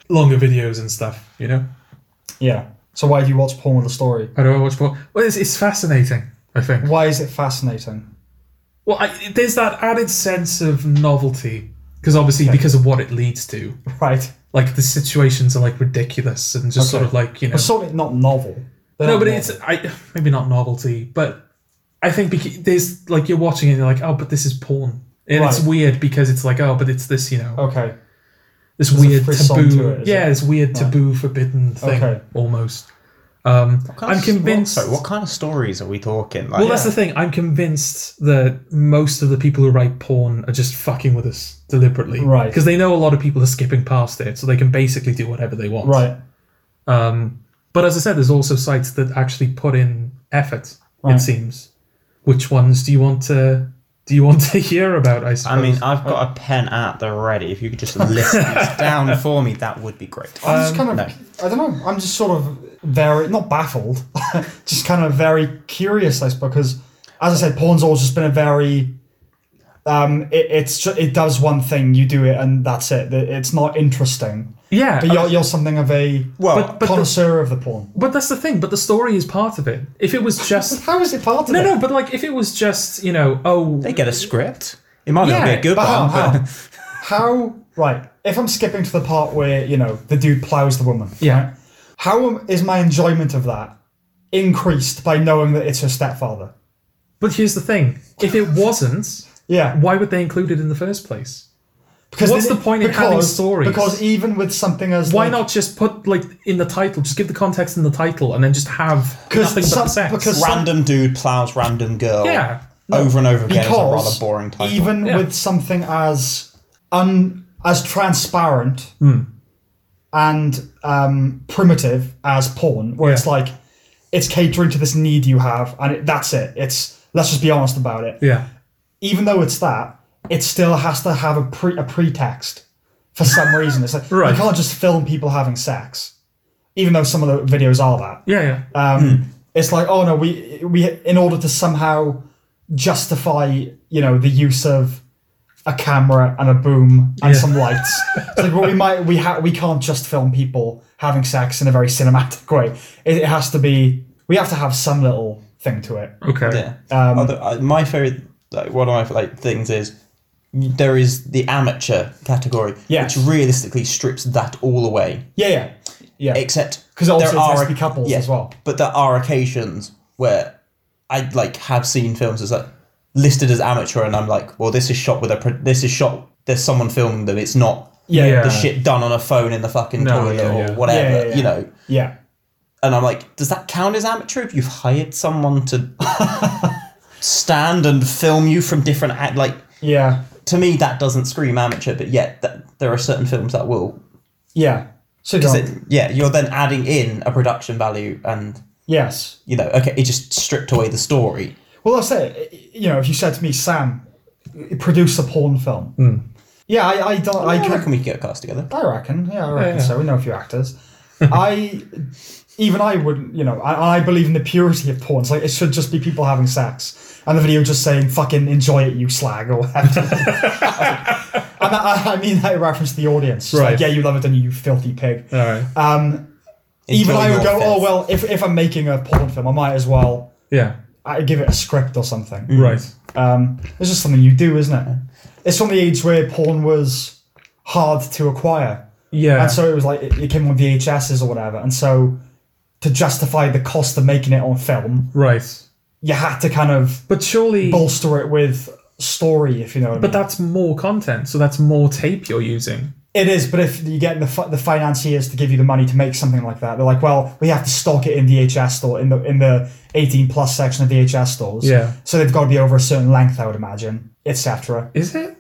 A: longer videos and stuff. You know,
C: yeah. So why do you watch porn with a story?
A: I don't watch porn. Well, it's, it's fascinating. I think.
C: Why is it fascinating?
A: Well, I, there's that added sense of novelty because obviously because of what it leads to,
C: Right.
A: like the situations are like ridiculous and just sort
C: Okay.
A: of like you know.
C: It's sort of not novel. They're
A: No,
C: not
A: but it's
C: novel.
A: I maybe not novelty, but I think because there's like you're watching it, and you're like, oh, but this is porn, and it's
C: Right.
A: weird because it's like, oh, but it's this, you know,
C: okay.
A: this
C: there's a
A: weird
C: frisson
A: taboo,
C: to it, is
A: yeah,
C: it?
A: this weird taboo forbidden thing
C: Okay.
A: almost. Um,
B: Kind
A: I'm
B: of- what-
A: convinced.
B: sorry, what kind of stories are we talking? Like,
A: Well, that's the thing. I'm convinced that most of the people who write porn are just fucking with us deliberately,
C: Right.
A: Because they know a lot of people are skipping past it, so they can basically do whatever they want,
C: Right.
A: Um, but as I said, there's also sites that actually put in effort. It
C: Right.
A: seems. Which ones do you want to do you want to *laughs* hear about? I
B: I
A: suppose.
B: mean, I've got a pen at the ready. If you could just
A: *laughs*
B: list these down for me, that would be great.
A: Uh,
C: I'm
A: Um,
C: just kind of,
B: no.
C: I don't know. I'm just sort of very, not baffled, *laughs* just kind of very curious, I suppose, because as I said, porn's always just been a very, um, it, it's ju- it does one thing, you do it, and that's it. It- It's not interesting.
A: yeah,
C: But you're, you're something of a
B: Well,
A: but- but the-
C: connoisseur of the porn.
A: but that's the thing. But the story is part of it. If it was just *laughs*
C: How is it part of
A: no,
C: it?
A: no, but like if it was just you know, oh,
B: they get a script. It might not be
A: Yeah, uh,
B: a good
C: But how,
B: one,
C: how,
B: *laughs* but
C: how, right, if I'm skipping to the part where, you know, the dude plows the woman,
A: yeah,
C: how am- is my enjoyment of that increased by knowing that it's her stepfather?
A: But here's the thing: if it wasn't,
C: Yeah.
A: why would they include it in the first place?
C: Because
A: What's
C: then
A: the point in having stories?
C: Because even with something as
A: Why
C: like-
A: not just put like in the title? Just give the context in the title, and then just have nothing but
C: some-
A: the sex.
C: because-
B: random dude plows random girl
A: yeah,
B: over and over again is a rather
C: because
B: boring title.
C: even
A: Yeah.
C: with something as un as transparent
A: Hmm.
C: and um, primitive as porn, where it's
A: Yeah.
C: like it's catering to this need you have, and it, that's it. It's let's just be honest about it.
A: yeah,
C: Even though it's that, it still has to have a pre a pretext
A: *laughs*
C: for some reason. It's like
A: Right.
C: you can't just film people having sex, even though some of the videos are that.
A: yeah, yeah.
C: um, it's like oh no we we in order to somehow justify you know the use of a camera and a boom and
A: Yeah.
C: some lights it's like well we might we ha- we can't just film people having sex in a very cinematic way it, it has to be we have to have some little thing to it
A: okay,
B: Yeah.
C: Um,
B: Although, uh, my favorite, like, one of my like things is there is the amateur category,
C: Yes.
B: which realistically strips that all away.
C: yeah yeah yeah
B: Except
C: 'Cause
B: there
C: obviously it has
B: are
C: to be couples as well.
B: But there are occasions where I like have seen films as like listed as amateur, and I'm like, well, this is shot with a pro- this is shot. There's someone filming them. It's not
C: yeah yeah
B: the
A: Yeah.
B: shit done on a phone in the fucking
A: No,
B: toilet
A: yeah,
B: or
A: yeah.
B: whatever.
C: Yeah, yeah, yeah.
B: You know.
C: yeah
B: And I'm like, does that count as amateur if you've hired someone
C: *laughs*
B: to stand and film you from different act? Like,
C: yeah
B: to me, that doesn't scream amateur, but yet that, there are certain films that will.
C: yeah so
B: Is
C: don't-
B: it, yeah, you're then adding in a production value, and
C: yes
B: you know, okay, it just stripped away the story.
C: Well, I say, you know, if you said to me, Sam, produce a porn film. Yeah, I, I don't. I,
B: I
C: can,
B: reckon we could get a cast together.
C: I reckon. Yeah, I reckon
A: Yeah.
C: so. We know a few actors. I, even I wouldn't. You know, I, I believe in the purity of porn. It's like it should just be people having sex, and the video just saying "fucking enjoy it, you slag" or whatever. *laughs* and I, I mean that in reference to the audience. It's Like,
A: Right.
C: yeah, you love it, and you You filthy pig.
A: all right,
C: Um, even
B: Enjoy
C: I would
B: your
C: go,
B: filth.
C: oh well, if if I'm making a porn film, I might as well.
A: yeah,
C: I give it a script or something.
A: Mm. right,
C: Um, it's just something you do, isn't it? It's from the age where porn was hard to acquire,
A: yeah,
C: and so it was like it, it came on VHSs or whatever, and so to justify the cost of making it on film,
A: right.
C: you had to kind of
A: But surely,
C: bolster it with story, if you know what
A: but
C: I mean.
A: that's more content, so that's more tape you're using.
C: it is, but if you're getting the fi- the financiers to give you the money to make something like that, they're like, well, we have to stock it in VHS store in the in the 18 plus section of VHS stores,
A: Yeah.
C: So they've got to be over a certain length, I would imagine, etc.
A: Is it?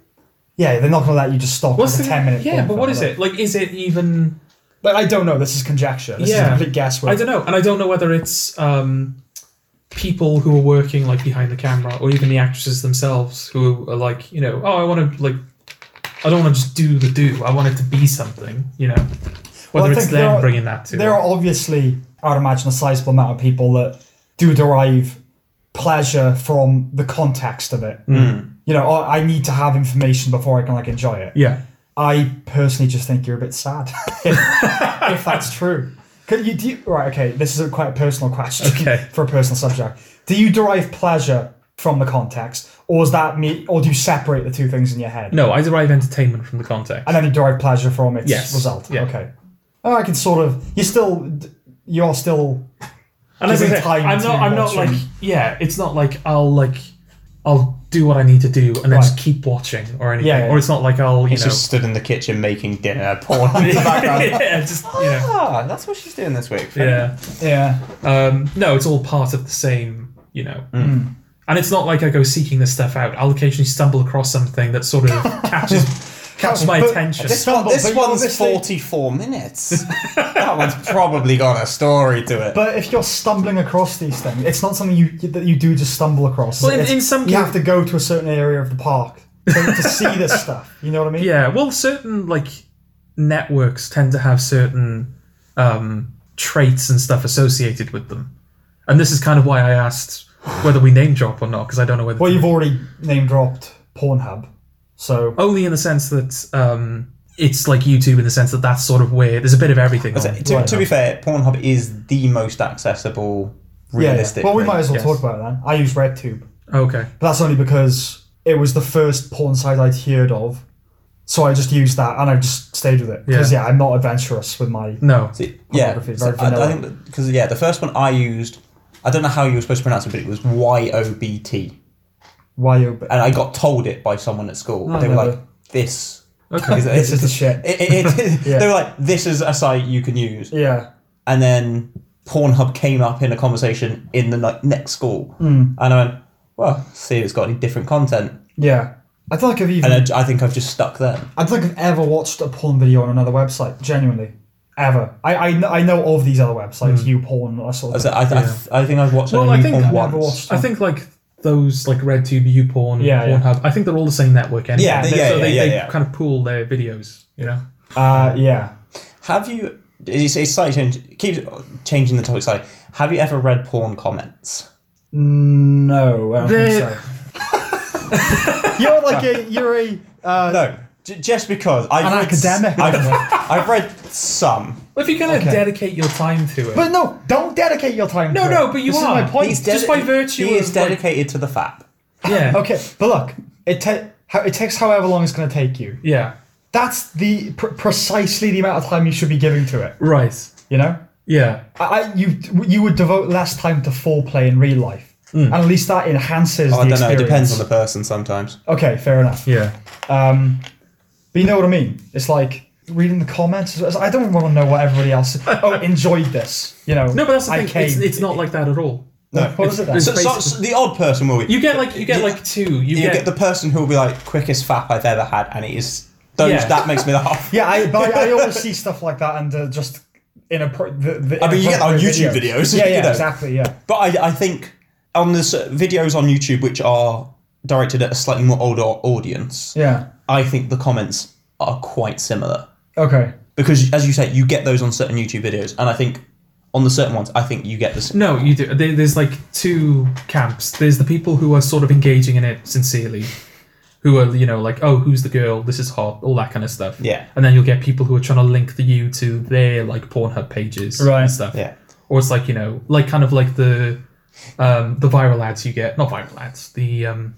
C: Yeah, they're not going to let you just stock
A: What's
C: like, a 10 minute.
A: Yeah,
C: porn
A: but what is
C: film, like-
A: it? Like, is it even?
C: But I don't know. This is conjecture. This is
A: Yeah.
C: a complete guesswork.
A: I don't know, and I don't know whether it's um, people who are working like behind the camera, or even the actresses themselves who are like, you know, oh, I want to like, I don't want to just do the do. I want it to be something, you know.
C: Well, I
A: Whether it's
C: think there
A: them
C: are-
A: bringing that to
C: There
A: it.
C: are obviously, I'd imagine, a sizable amount of people that do derive pleasure from the context of it.
A: Hmm.
C: You know, oh, I need to have information before I can like enjoy it.
A: yeah,
C: I personally just think you're a bit sad *laughs* if, if that's true. Could you do you- right? Okay, this is a quite a personal question
A: Okay.
C: *laughs* for a personal subject. Do you derive pleasure from the context, or is that me, or do you separate the two things in your head?
A: no, I derive entertainment from the context.
C: and then you derive pleasure from its
A: Yes,
C: result.
A: yeah.
C: Okay. Oh, I can sort of. You're still. You're still.
A: And as I
C: giving
A: said,
C: time
A: I'm
C: to
A: not. I'm not
C: watch
A: like.
C: and-
A: Yeah, it's not like I'll like I'll do what I need to do and then just
C: Right.
A: keep watching or anything.
C: Yeah, yeah.
A: Or it's not like I'll, you
B: He's
A: know.
B: just stood in the kitchen making dinner, *laughs* porn in the
A: *laughs*
B: background.
A: yeah, just, you know.
B: ah, that's what she's doing this week.
A: Yeah.
C: Yeah.
A: Um, no, it's all part of the same, you know. And it's not like I go seeking this stuff out. I'll occasionally stumble across something that sort of catches catches my
C: But-
A: attention.
B: This, one,
C: But-
B: this
C: but
B: one's
C: obviously-
B: 44 minutes. that one's probably got a story to it.
C: But if you're stumbling across these things, it's not something you that you do just stumble across.
A: Well, in-
C: It's-
A: in some
C: you
A: ca-
C: have to go to a certain area of the park to, to see this *laughs* stuff. You know what I mean?
A: Yeah, well, certain like networks tend to have certain um, traits and stuff associated with them, and this is kind of why I asked whether we name drop or not because I don't know whether.
C: Well,
A: to-
C: you've already name dropped Pornhub, so
A: only in the sense that um, it's like YouTube in the sense that that's sort of where there's a bit of everything.
B: So,
A: on.
B: to, to be fair, Pornhub is the most accessible,
C: yeah, yeah.
B: realistic.
C: Well, we
B: thing.
C: might as well
A: yes.
C: talk about it then. I use RedTube,
A: Okay,
C: but that's only because it was the first porn site I'd heard of, so I just used that and I just stayed with it because
A: Yeah.
C: yeah. I'm not adventurous with my.
A: no,
B: See, yeah,
C: Pornography is
B: so
C: very
B: I, I
C: vanilla.
B: think because yeah, the first one I used, I don't know how you were supposed to pronounce it, but it was Y O B T,
C: Why you?
B: and I got told it by someone at school. they were
C: no.
B: like, "This
A: okay,
B: is,
C: Oh, This is the shit.
B: It, it,
C: *laughs*
B: it,
C: Yeah.
B: They were like, "This is a site you can use,"
C: Yeah.
B: and then Pornhub came up in a conversation in the like, next school,
C: Hmm.
B: and I went, "Well, see, if it's got any different content,"
C: Yeah. I don't think I've even.
B: and I, I think I've just stuck there.
C: I don't think I've ever watched a porn video on another website. Genuinely, ever. I I, kn- I know of these other websites, you
A: Hmm.
C: porn, that sort
B: I
C: of.
B: said,
C: Thing.
B: I, I, I think I've watched
A: Well,
B: only
A: I think
B: porn
A: I've
B: once.
C: never watched-
A: I think like those like RedTube, YouPorn,
C: Yeah, yeah.
A: Pornhub. I think they're all the same network anyway.
B: Yeah,
A: They-
B: yeah,
A: so
B: yeah,
A: they,
B: yeah,
A: they
B: yeah.
A: kind of pool their videos, you know.
C: Uh, yeah.
B: Have you? It's, it's slightly change. Keeps changing the topic slightly. Have you ever read porn comments?
C: No, I don't
A: They're-
C: think
A: *laughs*
C: so. you're like a you're a uh,
B: No, j- just because I've
C: an
B: read s-
C: academic.
B: I've, *laughs* I've read some.
A: If you're gonna
C: Okay.
A: dedicate your time to it,
C: but no, don't dedicate your time.
A: No,
C: to it.
A: no, but you
C: This is
A: are.
C: my point.
A: He's Just by virtue
B: he is
A: of, like-
B: dedicated to the fap.
A: yeah,
C: okay, but look, it ta- how, it takes however long it's going to take you.
A: yeah,
C: That's the pr- precisely the amount of time you should be giving to it.
A: right,
C: You know.
A: yeah.
C: I, I- you you would devote less time to foreplay in real life, and at least that enhances
B: Hmm. Oh, I
C: the
B: don't know. It
C: experience.
B: depends on the person sometimes.
C: Okay, fair enough.
A: Yeah.
C: Um, but you know what I mean. It's like reading the comments. it's- I don't want to know what everybody else
B: *laughs*
C: oh enjoyed this. You know.
A: No, but that's the
C: I
A: thing.
C: came.
A: It's, it's not like that at all.
C: No, what is it then?
B: So, so- so the odd person will.
A: You get like you get like two. You,
B: you
A: get,
B: get the person who will be like quickest fap I've ever had, and it is
A: *laughs*
B: those
A: Yeah.
B: that makes me laugh.
C: yeah, I, but
B: *laughs*
C: I, I always see stuff like that and uh, just in a. Pro- the, the
B: I mean, you get that on
C: inappropriate
B: YouTube videos,
C: Yeah,
B: *laughs* you
C: yeah,
B: know.
C: exactly. Yeah.
B: But I, I think on the s- videos on YouTube which are directed at a slightly more older audience,
C: Yeah.
B: I think the comments are quite similar
C: Okay.
B: because, as you say, you get those on certain YouTube videos, and I think on the certain ones, I think you get this.
A: no, you do. There, there's like two camps. There's the people who are sort of engaging in it sincerely, who are you know like oh who's the girl? This is hot, all that kind of stuff.
B: Yeah.
A: And then you'll get people who are trying to link the you to their like Pornhub pages
C: Right.
A: and stuff.
B: Yeah.
A: Or it's like you know like kind of like the um the viral ads you get not viral ads the um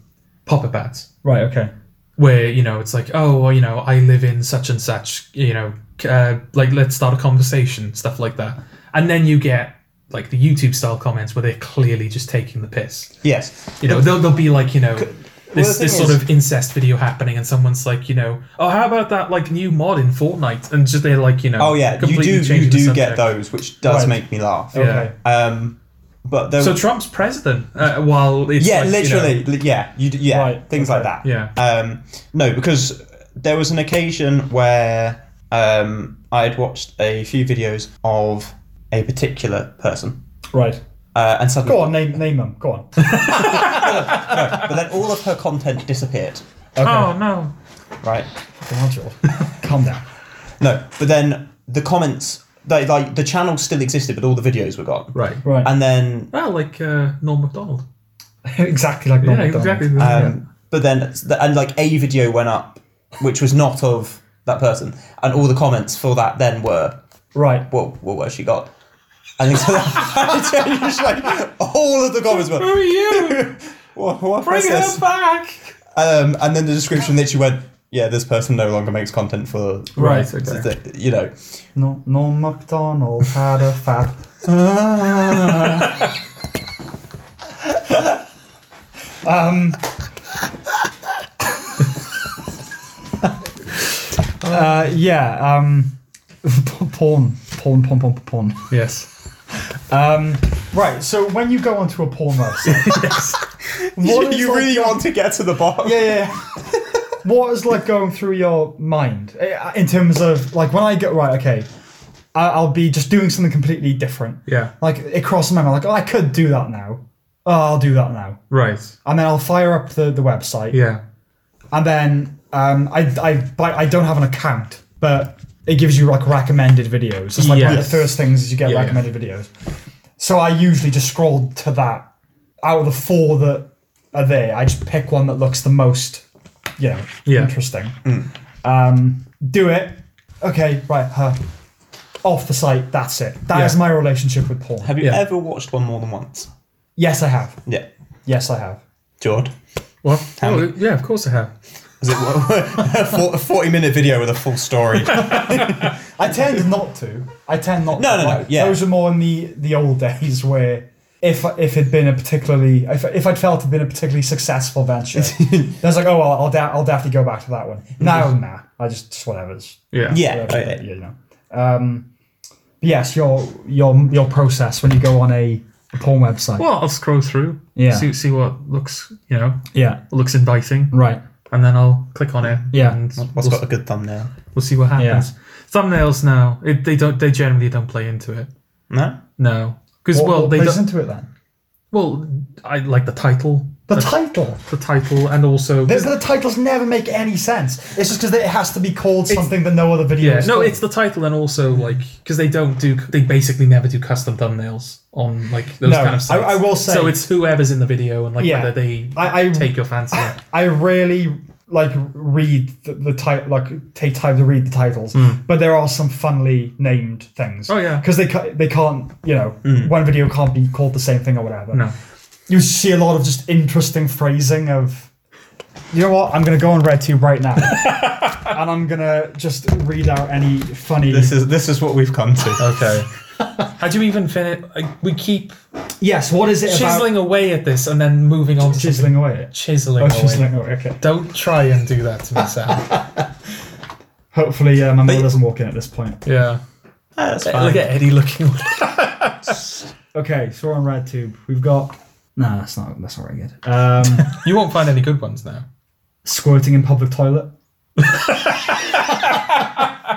A: pop up ads
C: Right. Okay.
A: where you know it's like oh well, you know i live in such and such you know c- uh, like let's start a conversation stuff like that and then you get like the youtube style comments where they're clearly just taking the piss
B: Yes.
A: you know they'll, they'll be like you know
B: the
A: this,
B: thing
A: this sort of incest video happening and someone's like you know oh how about that like new mod in fortnite and just they're like you know
B: Oh yeah, you
A: completely
B: do. You
A: changing the
B: do get
A: subject.
B: those, which does
C: Right.
B: make me laugh.
C: Okay.
B: Um, but there
A: so trump's president uh, while it's
B: yeah,
A: like, you know-
B: literally, li- yeah, you, d- yeah,
C: Right,
B: things
C: okay.
B: like that.
A: Yeah.
B: Um, no, because there was an occasion where um, I had watched a few videos of a particular person,
C: Right.
B: uh, and suddenly,
C: Go on. Name name them. Go
B: *laughs*
C: on.
B: but then all of her content disappeared.
C: Okay.
A: oh no
B: Right?
C: Nigel, Calm down.
B: No, but then the comments, they, like the channel still existed, but all the videos were gone.
A: right
C: Right.
B: And then,
A: well like uh, norm macdonald
C: *laughs* exactly like
A: yeah
C: Norm Macdonald.
A: exactly
B: um,
A: Yeah.
B: but then, and like a video went up, which was not of that person, and all the comments for that then were
C: Right.
B: what what word she got. And *laughs* so I changed like all of the comments
A: Who
B: were
A: are you?
B: what, what was
A: Bring her
B: this?
A: back!
B: Um, and then the description literally went, yeah, this person no longer makes content for
A: Right,
B: for
A: okay.
B: the- you know.
C: No, Norm Macdonald had a fat. *laughs* Um, *laughs* uh, yeah. Um, *laughs* porn, porn, porn, porn, porn.
D: Yes.
C: Um, right. So when you go onto a porn
B: *laughs*
C: website, what is
B: you
C: like-
B: really want to get to the bottom?
C: yeah, yeah, yeah. what is like going through your mind eh, in terms of like when I get right? Okay, I- I'll be just doing something completely different.
A: Yeah.
C: Like it crosses my mind. Like oh, I could do that now. Oh, I'll do that now.
A: Right.
C: And then I'll fire up the, the website.
A: Yeah.
C: And then um, I, I, but I don't have an account, but it gives you like recommended videos. It's like one of
A: Yes.
C: the first things is you get
A: Yeah, yeah.
C: recommended videos. So I usually just scroll to that. Out of the four that are there, I just pick one that looks the most, you know,
A: Yeah. Mm.
C: interesting. Um, do it. Okay, right. Huh. Off the site. That's it. That is
A: Yeah.
C: my relationship with porn.
B: Have you
A: Yeah.
B: ever watched one more than once?
C: Yes, I have.
B: Yeah.
C: Yes, I have.
B: Jord.
A: What? Oh, yeah, of course I have.
B: Is it *laughs* a 40 minute video with a
A: *laughs*
B: full story?
C: I tend not to. I tend not.
B: No,
C: to.
B: no, no,
C: Like,
B: yeah.
C: Those are more in the the old days where if if it'd been a particularly if, if I'd felt it'd been a particularly successful
B: *laughs*
C: venture, then I was like, oh well, I'll da- I'll definitely go back to that one. Now, nah, I just, just whatever. It's,
A: Yeah.
B: Yeah.
C: whatever,
B: okay.
C: you know. Um, but yes, your your your process when you go on a, a porn website.
A: Well, I'll scroll through.
C: Yeah.
A: See, see what looks, you know,
C: Yeah.
A: looks inviting,
C: Right.
A: and then I'll click on it.
C: Yeah.
A: And
B: What's
A: we'll,
B: got a good thumbnail?
A: we'll see what
C: Yeah.
A: happens. Thumbnails now, it, they don't. They generally don't play into it.
B: No?
A: No, because
C: What,
A: well,
C: what
A: they
C: plays
A: don't.
C: into it then?
A: Well, I like the title.
C: The title.
A: The title, and also
C: The, the titles never make any sense. It's just because it has to be called something that no other video.
A: Yeah,
C: is
A: no,
C: called.
A: it's the title and also like because they don't do they basically never do custom thumbnails on like those
C: No,
A: kind of sites.
C: I- I will say-
A: so it's whoever's in the video and like
C: Yeah.
A: whether they
C: I- I-
A: take your
C: *laughs*
A: fancy.
C: I rarely like read the, the title, like take time to read the titles, but there are some funnily named things.
A: Oh, yeah.
C: because they ca- they can't, you know, one video can't be called the same thing or whatever.
A: no,
C: you see a lot of just interesting phrasing of. You know what? I'm gonna go on RedTube right now, and I'm gonna just read out any funny.
B: This is this is what we've come to.
A: okay. How do you even finish? Like, we keep
C: yes. What is it
A: chiseling away at this and then moving on.
C: about?
A: to
C: Chiseling away.
A: chiseling,
C: Oh,
A: away.
C: chiseling away. Okay.
A: Don't try and do that to me,
C: *laughs*
A: Sam.
C: Hopefully, uh, my mother
B: you-
C: doesn't walk in at this point.
A: yeah,
B: Ah, that's
A: look
B: fine.
A: at Eddie
C: *laughs*
A: looking.
C: Okay, so we're on RadTube. We've got. No, that's not. That's not very good.
A: *laughs*
C: Um,
A: you won't find any good ones
C: *laughs*
A: now.
C: squirting in public
A: *laughs*
C: toilet. uh,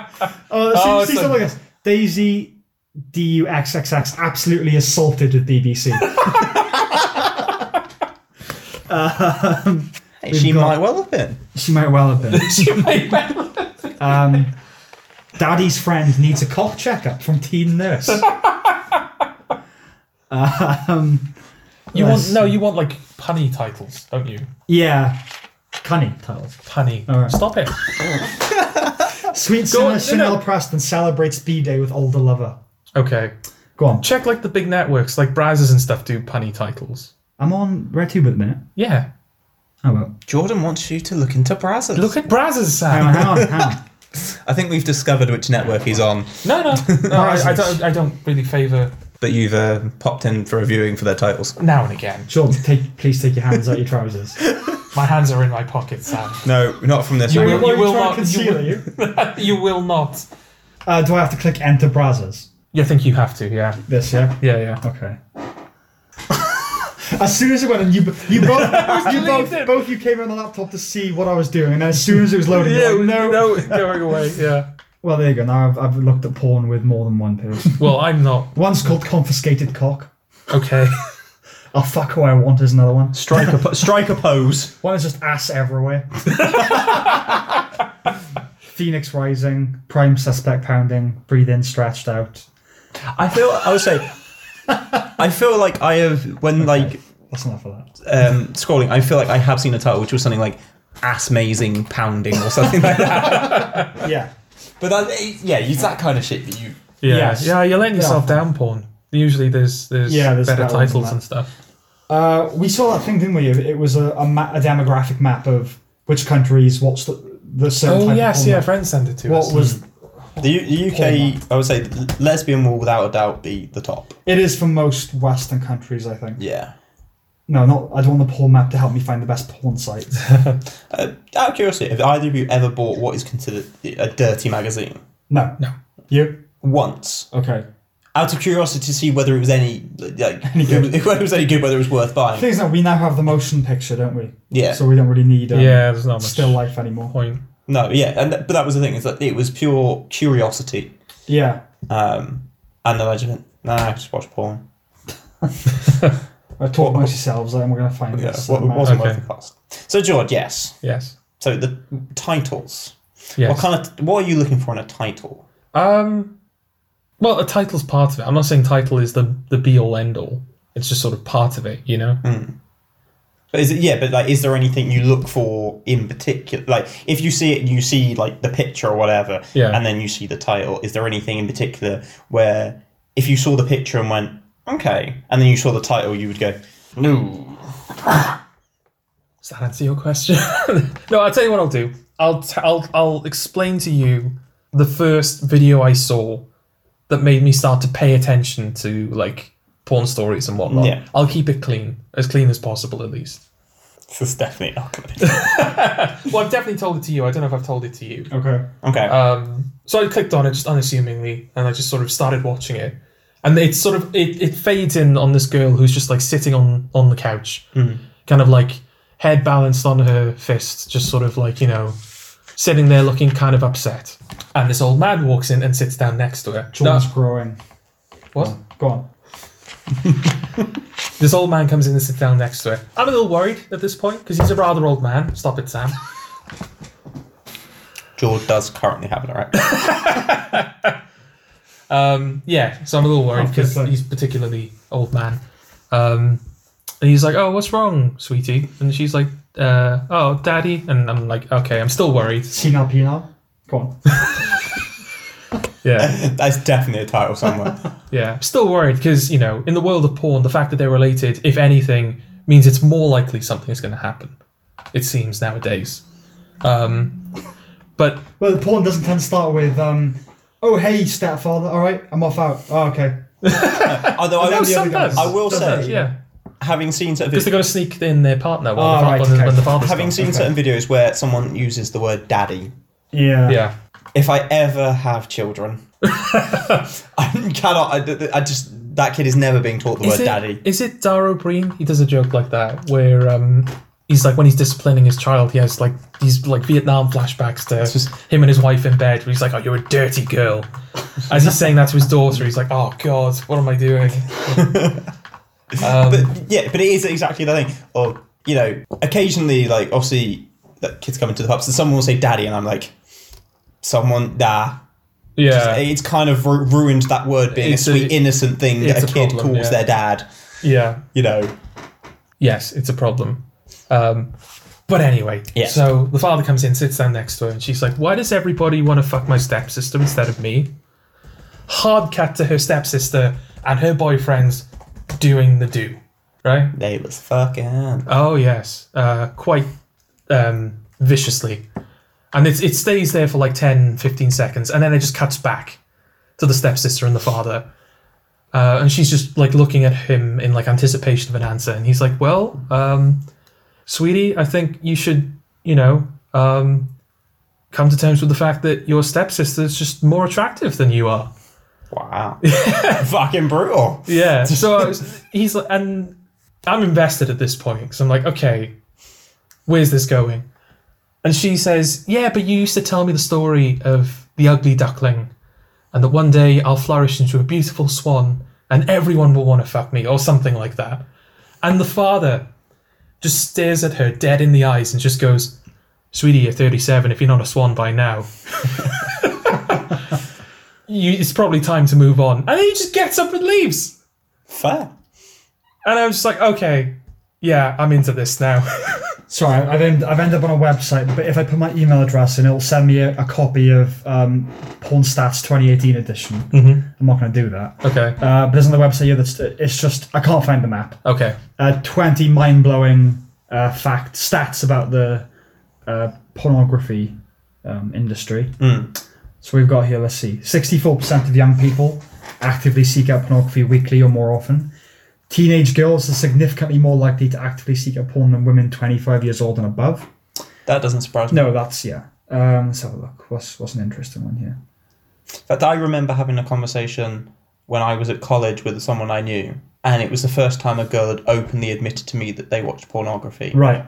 C: see,
A: Oh, it's
C: see something
A: like-
C: like this. Daisy DUXXX absolutely assaulted with
A: *laughs*
C: BBC.
B: Hey, she
C: got-
B: might well have been.
C: she might well have been.
A: You may well-
C: Um, Daddy's friend needs a cough checkup from
A: *laughs*
C: teen nurse. um,
A: you want
C: Yes.
A: no, you want like punny titles, don't you?
C: yeah, cunning titles.
A: Punny.
C: All right.
A: Stop it.
C: Sweet
A: Go
C: singer
A: on, no,
C: Chanel
A: no.
C: Preston celebrates B Day with older lover.
A: Okay.
C: Go on.
A: check like the big networks like browsers and stuff do punny titles
C: I'm on RedTube at the minute.
A: yeah
C: Oh well.
B: Jordan wants you to look into Brazzers.
A: look at browsers
C: Hang on,
A: sam
C: hang on, hang
A: *laughs*
C: on.
B: I think we've discovered which network he's on,
C: *laughs*
A: no no, no I, I
C: Browsers.
A: don't i don't really favor
B: but you've uh, popped in for a viewing for their titles.
A: now and again
C: Jordan, take, please take your hands out
A: *laughs*
C: your trousers.
A: my hands are in my pockets
C: *laughs*
A: sam
B: No, not from this
A: You
B: one.
A: will-
C: trying
A: not-
C: to conceal
A: you you will not
C: Uh, do I have to click enter browsers?
A: you think you have to yeah
C: This, yeah?
A: yeah yeah
C: Okay. *laughs* as soon as it went, and you, *laughs* you both, you both,
A: deleted.
C: both you came on the laptop to see what I was doing, and then as soon as it was loading, you're like, no.
A: going away yeah
C: Well, there you go. Now I've, I've looked at porn with more than one
A: *laughs*
C: person.
A: well i'm not
C: One's called Confiscated Cock. *laughs*
A: okay
C: I'll fuck who I want is another one.
B: Strike a, *laughs* po- strike a pose.
C: One is just
A: *laughs*
C: ass everywhere. *laughs* Phoenix Rising, Prime Suspect Pounding, Breathe In, Stretched Out.
B: I feel, I would say, I feel like I have, when like
C: That's enough of that.
B: um, scrolling, I feel like I have seen a title which was something like ass amazing pounding or something like that.
C: Yeah.
B: *laughs* But that, yeah, it's that kind of shit that you.
A: yeah
C: Yes.
A: yeah you're letting
C: Yeah.
A: yourself down porn usually there's there's,
C: Yeah, there's
A: better
C: better ones
A: titles
C: than
A: and stuff
C: Uh, we saw that thing, didn't we? It was a, a, ma- a demographic map of which countries, what's the, the certain type
A: oh
C: of
A: yes
C: porn
A: yeah
C: that-
A: friends send it to us
C: What was
B: The, U- the UK, I would say, lesbian will without a doubt be the top.
C: it is for most Western countries, I think.
B: Yeah.
C: No, not. I don't want the porn map to help me find the best porn
A: *laughs*
C: sites.
B: Uh, out of curiosity, have either of you ever bought what is considered a dirty magazine?
C: No,
A: No.
C: You
B: Once,
C: okay?
B: out of curiosity, to see whether it was any like
C: Any good.
B: it was- *laughs* whether it was any good, whether it was worth
C: The *laughs*
B: buying.
C: thing is that we now have the motion picture, don't we?
B: Yeah.
C: So we don't really need um,
A: yeah, there's not much
C: still life anymore.
A: point.
B: No, yeah, and th- but that was the thing is that it was pure curiosity,
C: Yeah,
B: um, and then I just went, nah, just watch porn.
C: uh, talk amongst yourselves, and we're gonna find
B: Yeah,
C: this.
B: what,
C: um,
B: wasn't
A: Okay.
B: worth the cost. So George, yes.
A: Yes.
B: So the titles.
A: Yes.
B: What kind of what are you looking for in a title?
A: Um, well, a title's part of it. I'm not saying title is the the be all end all. It's just sort of part of it, you know.
B: But is it yeah? But like, is there anything you look for in particular? Like, if you see it, you see like the picture or whatever,
A: Yeah.
B: and then you see the title. Is there anything in particular where if you saw the picture and went okay, and then you saw the title, you would go no.
A: Does that answer your question? *laughs* no, I'll tell you what I'll do. I'll, t- I'll I'll explain to you the first video I saw that made me start to pay attention to like porn stories and whatnot.
B: Yeah.
A: I'll keep it clean, as clean as possible, at least.
B: This is definitely not gonna be
A: Well, I've definitely told it to you. I don't know if I've told it to you.
C: okay.
B: okay.
A: Um, so I clicked on it just unassumingly, and I just sort of started watching it. And it's sort of it, it fades in on this girl who's just like sitting on on the couch, kind of like head balanced on her fist, just sort of like you know, sitting there looking kind of upset. And this old man walks in and sits down next to her. No,
C: Jordan's growing.
A: what?
C: Go on.
A: This old man comes in and sits down next to her. I'm a little worried at this point because he's a rather old man. Stop it, Sam.
B: George does currently have an erection.
A: Um, yeah, so I'm a little worried
C: Okay,
A: because
C: so-
A: he's particularly old man. Um, and he's like, "Oh, what's wrong, sweetie?" And she's like, uh, "Oh, daddy." And I'm like, "Okay, I'm still worried."
C: Sinal Pinal. Go on.
A: Yeah,
B: That's definitely a title somewhere.
A: *laughs* yeah, I'm still worried because you know, in the world of porn, the fact that they're related, if anything, means it's more likely something's going to happen. It seems nowadays. Um, but
C: Well, the porn doesn't tend to start with, um, oh, hey, stepfather, all right, I'm off out. Oh, okay.
B: Although I
A: no,
B: will,
C: some-
A: sometimes
B: I will
A: sometimes,
B: say-
A: yeah,
B: having seen sort of
A: because they're going to sneak in their partner while
C: Ah,
A: the, fa-
C: right,
A: when the-
C: okay.
A: when the father's
B: having
A: gone.
B: seen
C: okay.
B: certain videos where someone uses the word daddy
C: Yeah.
A: yeah.
B: if I ever
A: *laughs*
B: have children, I cannot. I, I just that kid is never being taught the
A: is
B: word
A: it,
B: daddy.
A: Is it Darrow Breen? He does a joke like that where um, he's like when he's disciplining his child, he has like these like Vietnam flashbacks to him and his wife in bed. Where he's like, "Oh, you're a dirty girl." As he's saying that to his daughter, he's like, "Oh God, what am I
B: *laughs*
A: doing?" um,
B: But yeah, but it is exactly the thing. Or you know, occasionally, like obviously, that kids come into the pubs and someone will say daddy, and I'm like, someone nah.
A: yeah,
B: It's kind of ru- ruined that word being
A: It's
B: a sweet
A: a-
B: innocent thing that
A: it's
B: a
A: a
B: kid
A: problem,
B: calls
A: yeah.
B: their dad.
A: yeah,
B: You know,
A: yes, it's a problem. Um, but anyway,
B: Yeah.
A: so the father comes in, sits down next to her, and she's like, "Why does everybody want to fuck my stepsister instead of me?" Hard cut to her stepsister and her boyfriends doing the do, right?
B: they was fucking.
A: Oh yes, uh, quite um, viciously, and it it stays there for like 10, 15 seconds, and then it just cuts back to the stepsister and the father, uh, and she's just like looking at him in like anticipation of an answer, and he's like, "Well, um, sweetie, I think you should, you know." Um, Come to terms with the fact that your stepsister is just more attractive than you are. *laughs*
B: Wow, fucking brutal.
A: Yeah. So I was, he's like, and I'm invested at this point because I'm like, okay, where's this going? And she says, yeah, but you used to tell me the story of the ugly duckling, and that one day I'll flourish into a beautiful swan, and everyone will want to fuck me, or something like that. And the father just stares at her dead in the eyes and just goes, "Sweetie, you're 37. If you're not a swan by now." *laughs* You, it's probably time to move on. And then he just gets up and leaves.
B: Fair.
A: And I was just like, okay, yeah, I'm into this now. *laughs*
C: Sorry, I've, end, I've ended up on a website, but if I put my email address in, it'll send me a, a copy of um, Porn Stats 2018 edition. Mm-hmm. I'm not going to do that.
A: okay,
C: Uh, but there's another website here that's, it's just, I can't find the map.
A: okay,
C: uh, 20 mind blowing uh, fact stats about the uh, pornography um, industry. So we've got here, let's see 64% of young people actively seek out pornography weekly or more often, Teenage girls are significantly more likely to actively seek a porn than women 25 years old and above.
B: That doesn't surprise me.
C: No, that's yeah. Um, let's have a look. What's what's an interesting one here?
B: In fact, I remember having a conversation when I was at college with someone I knew, and it was the first time a girl had openly admitted to me that they watched pornography.
C: Right.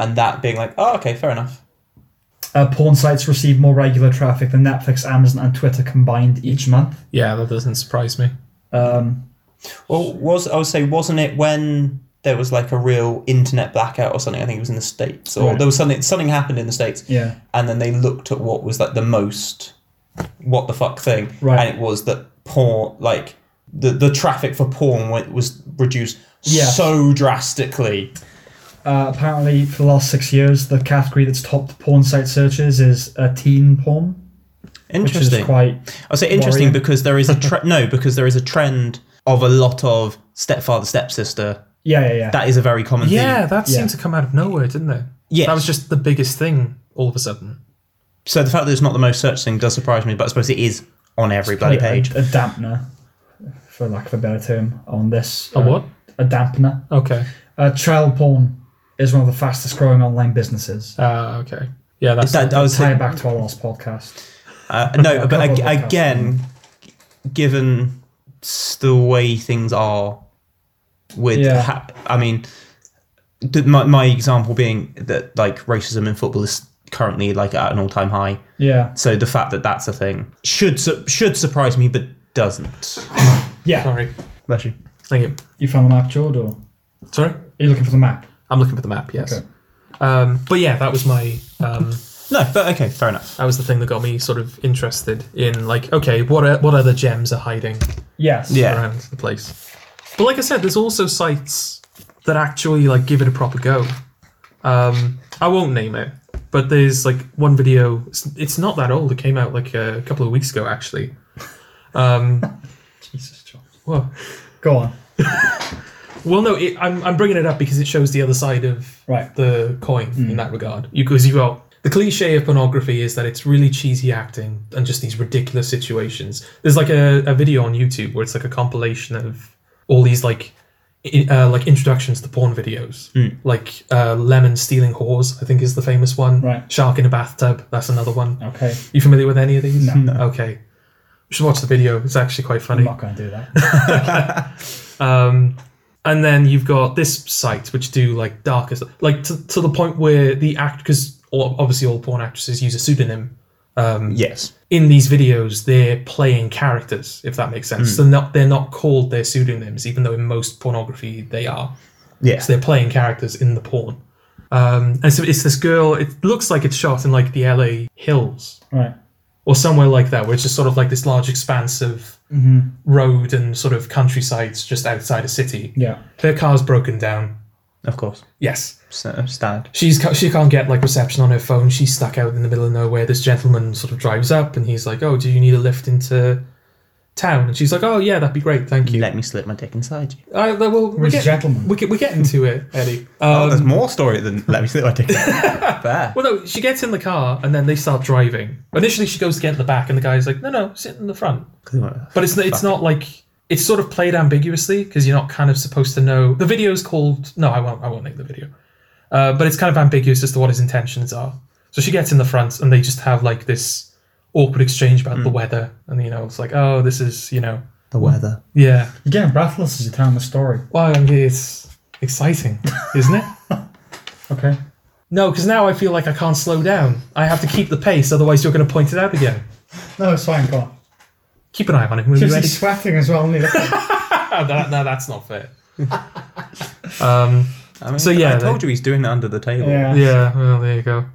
B: And that being like, oh, okay, fair enough.
C: Uh, porn sites receive more regular traffic than Netflix, Amazon, and Twitter combined each month.
A: Yeah, that doesn't surprise me.
C: Um,
B: Well, was I would say wasn't it when there was like a real internet blackout or something? I think it was in the states, or
C: Right.
B: there was something something happened in the states,
C: yeah.
B: and then they looked at what was like the most what the fuck thing,
C: Right.
B: and it was that porn like the the traffic for porn went, was reduced
C: Yeah.
B: so drastically.
C: Uh, apparently, for the last six years, the category that's topped porn site searches is uh, teen porn, which is
B: Interesting.
C: quite
B: I say interesting
C: worrying.
B: because there is a
C: *laughs*
B: tre- no because there is a trend of a lot of stepfather stepsister.
C: yeah, yeah, yeah.
B: That is a very common
A: Yeah,
B: theme.
A: that
C: Yeah.
A: seemed to come out of nowhere, didn't it?
B: Yes.
A: That was just the biggest thing all of a sudden.
B: So the fact that it's not the most searched thing does surprise me, but I suppose it is on every bloody
C: Like a-
B: page.
C: A, dampener, for lack of a better term, on this.
B: Oh.
A: A what?
C: A dampener.
A: Uh, Okay.
C: Uh, child porn is one of the fastest growing online businesses.
A: Uh, okay. Yeah, that's
B: That, I was
C: Tie it back to our last podcast.
B: uh,
C: *laughs*
B: no,
C: A
B: but
C: couple of
B: ag-
C: podcasts.
B: again, given s- the way things are, with
C: Yeah.
B: ha- I mean, th- my my example being that like racism in football is currently like at an all time high.
C: Yeah.
B: So the fact that that's a thing should su- should surprise me, but doesn't.
C: Yeah.
A: sorry.
B: Bless you.
A: Thank you.
C: You found the map, George, or
A: Sorry?
C: are you looking for the map?
A: I'm looking for the map, yes.
C: Okay.
A: Um, but yeah, that was my um,
B: No, but okay, fair enough.
A: that was the thing that got me sort of interested in like, okay, what are, what other gems are hiding
C: Yes.
B: Yeah.
A: around the place? But like I said, there's also sites that actually like give it a proper go. Um, I won't name it, but there's like one video. It's, it's not that old. It came out like a couple of weeks ago, actually. Um, *laughs*
C: Jesus, George.
A: well,
C: Go on.
A: well, no, it, I'm I'm bringing it up because it shows the other side of
C: Right. Mm.
A: the coin in that regard. Because you, got the cliche of pornography is that it's really cheesy acting and just these ridiculous situations. There's like a, a video on YouTube where it's like a compilation of all these like i- uh, like introductions to porn videos,
C: Hmm.
A: like uh, lemon stealing whores. I think is the famous one.
C: Right.
A: Shark in a bathtub. That's another one.
C: Okay.
A: You familiar with any of these?
C: No. No.
A: Okay. You should watch the video. It's actually quite funny.
C: I'm not going to do that.
A: Um, and then you've got this site which do like darker stuff, like to, to the point where the act because obviously all porn actresses use a pseudonym
B: Um, Yes.
A: in these videos. They're playing characters, if that makes sense. They're not they're not called their pseudonyms, even though in most pornography they are.
B: Yes.
A: So they're playing characters in the porn. Um, and so it's this girl. It looks like it's shot in like the LA hills
C: right.
A: or somewhere like that, where it's just sort of like this large expanse of road and sort of countrysides just outside a city.
C: Yeah.
A: Her car's broken down.
B: Of course.
A: Yes.
B: So, standard.
A: She's ca- she can't get like reception on her phone. She's stuck out in the middle of nowhere. This gentleman sort of drives up and he's like, "Oh, do you need a lift into town?" And she's like, "Oh yeah, that'd be great, thank you."
B: Let me slip my dick inside you.
A: Uh, well, we're
C: Where's the gentleman?
A: We get, we're getting to it,
C: *laughs*
A: Eddie.
B: oh,
A: Um,
B: there's more story than let me slip my
A: *laughs*
B: dick inside. Fair.
A: well, no, she gets in the car and then they start driving. Initially, she goes to get in the back, and the guy's like, "No, no, sit in the front." But it's it's not like it's sort of played ambiguously because you're not kind of supposed to know. The video's called no, I won't I won't name the video, uh, but it's kind of ambiguous as to what his intentions are. So she gets in the front and they just have like this awkward exchange about the weather and you know it's like oh this is you know
B: the weather.
A: yeah
C: You're getting breathless as you're telling the story.
A: well I mean, it's exciting *laughs* isn't it
C: Okay.
A: no because now I feel like I can't slow down I have to keep the pace otherwise you're going to point it out again
C: No, it's fine. Go on.
A: keep an eye on it *laughs* when you're
C: Just
A: ready
C: he's sweating as well. isn't he?
A: oh, that, no that's not fair *laughs* um
B: I mean,
A: So, yeah,
B: I told
A: they-
B: you he's doing that under the table.
C: yeah.
A: Yeah, well, there you go.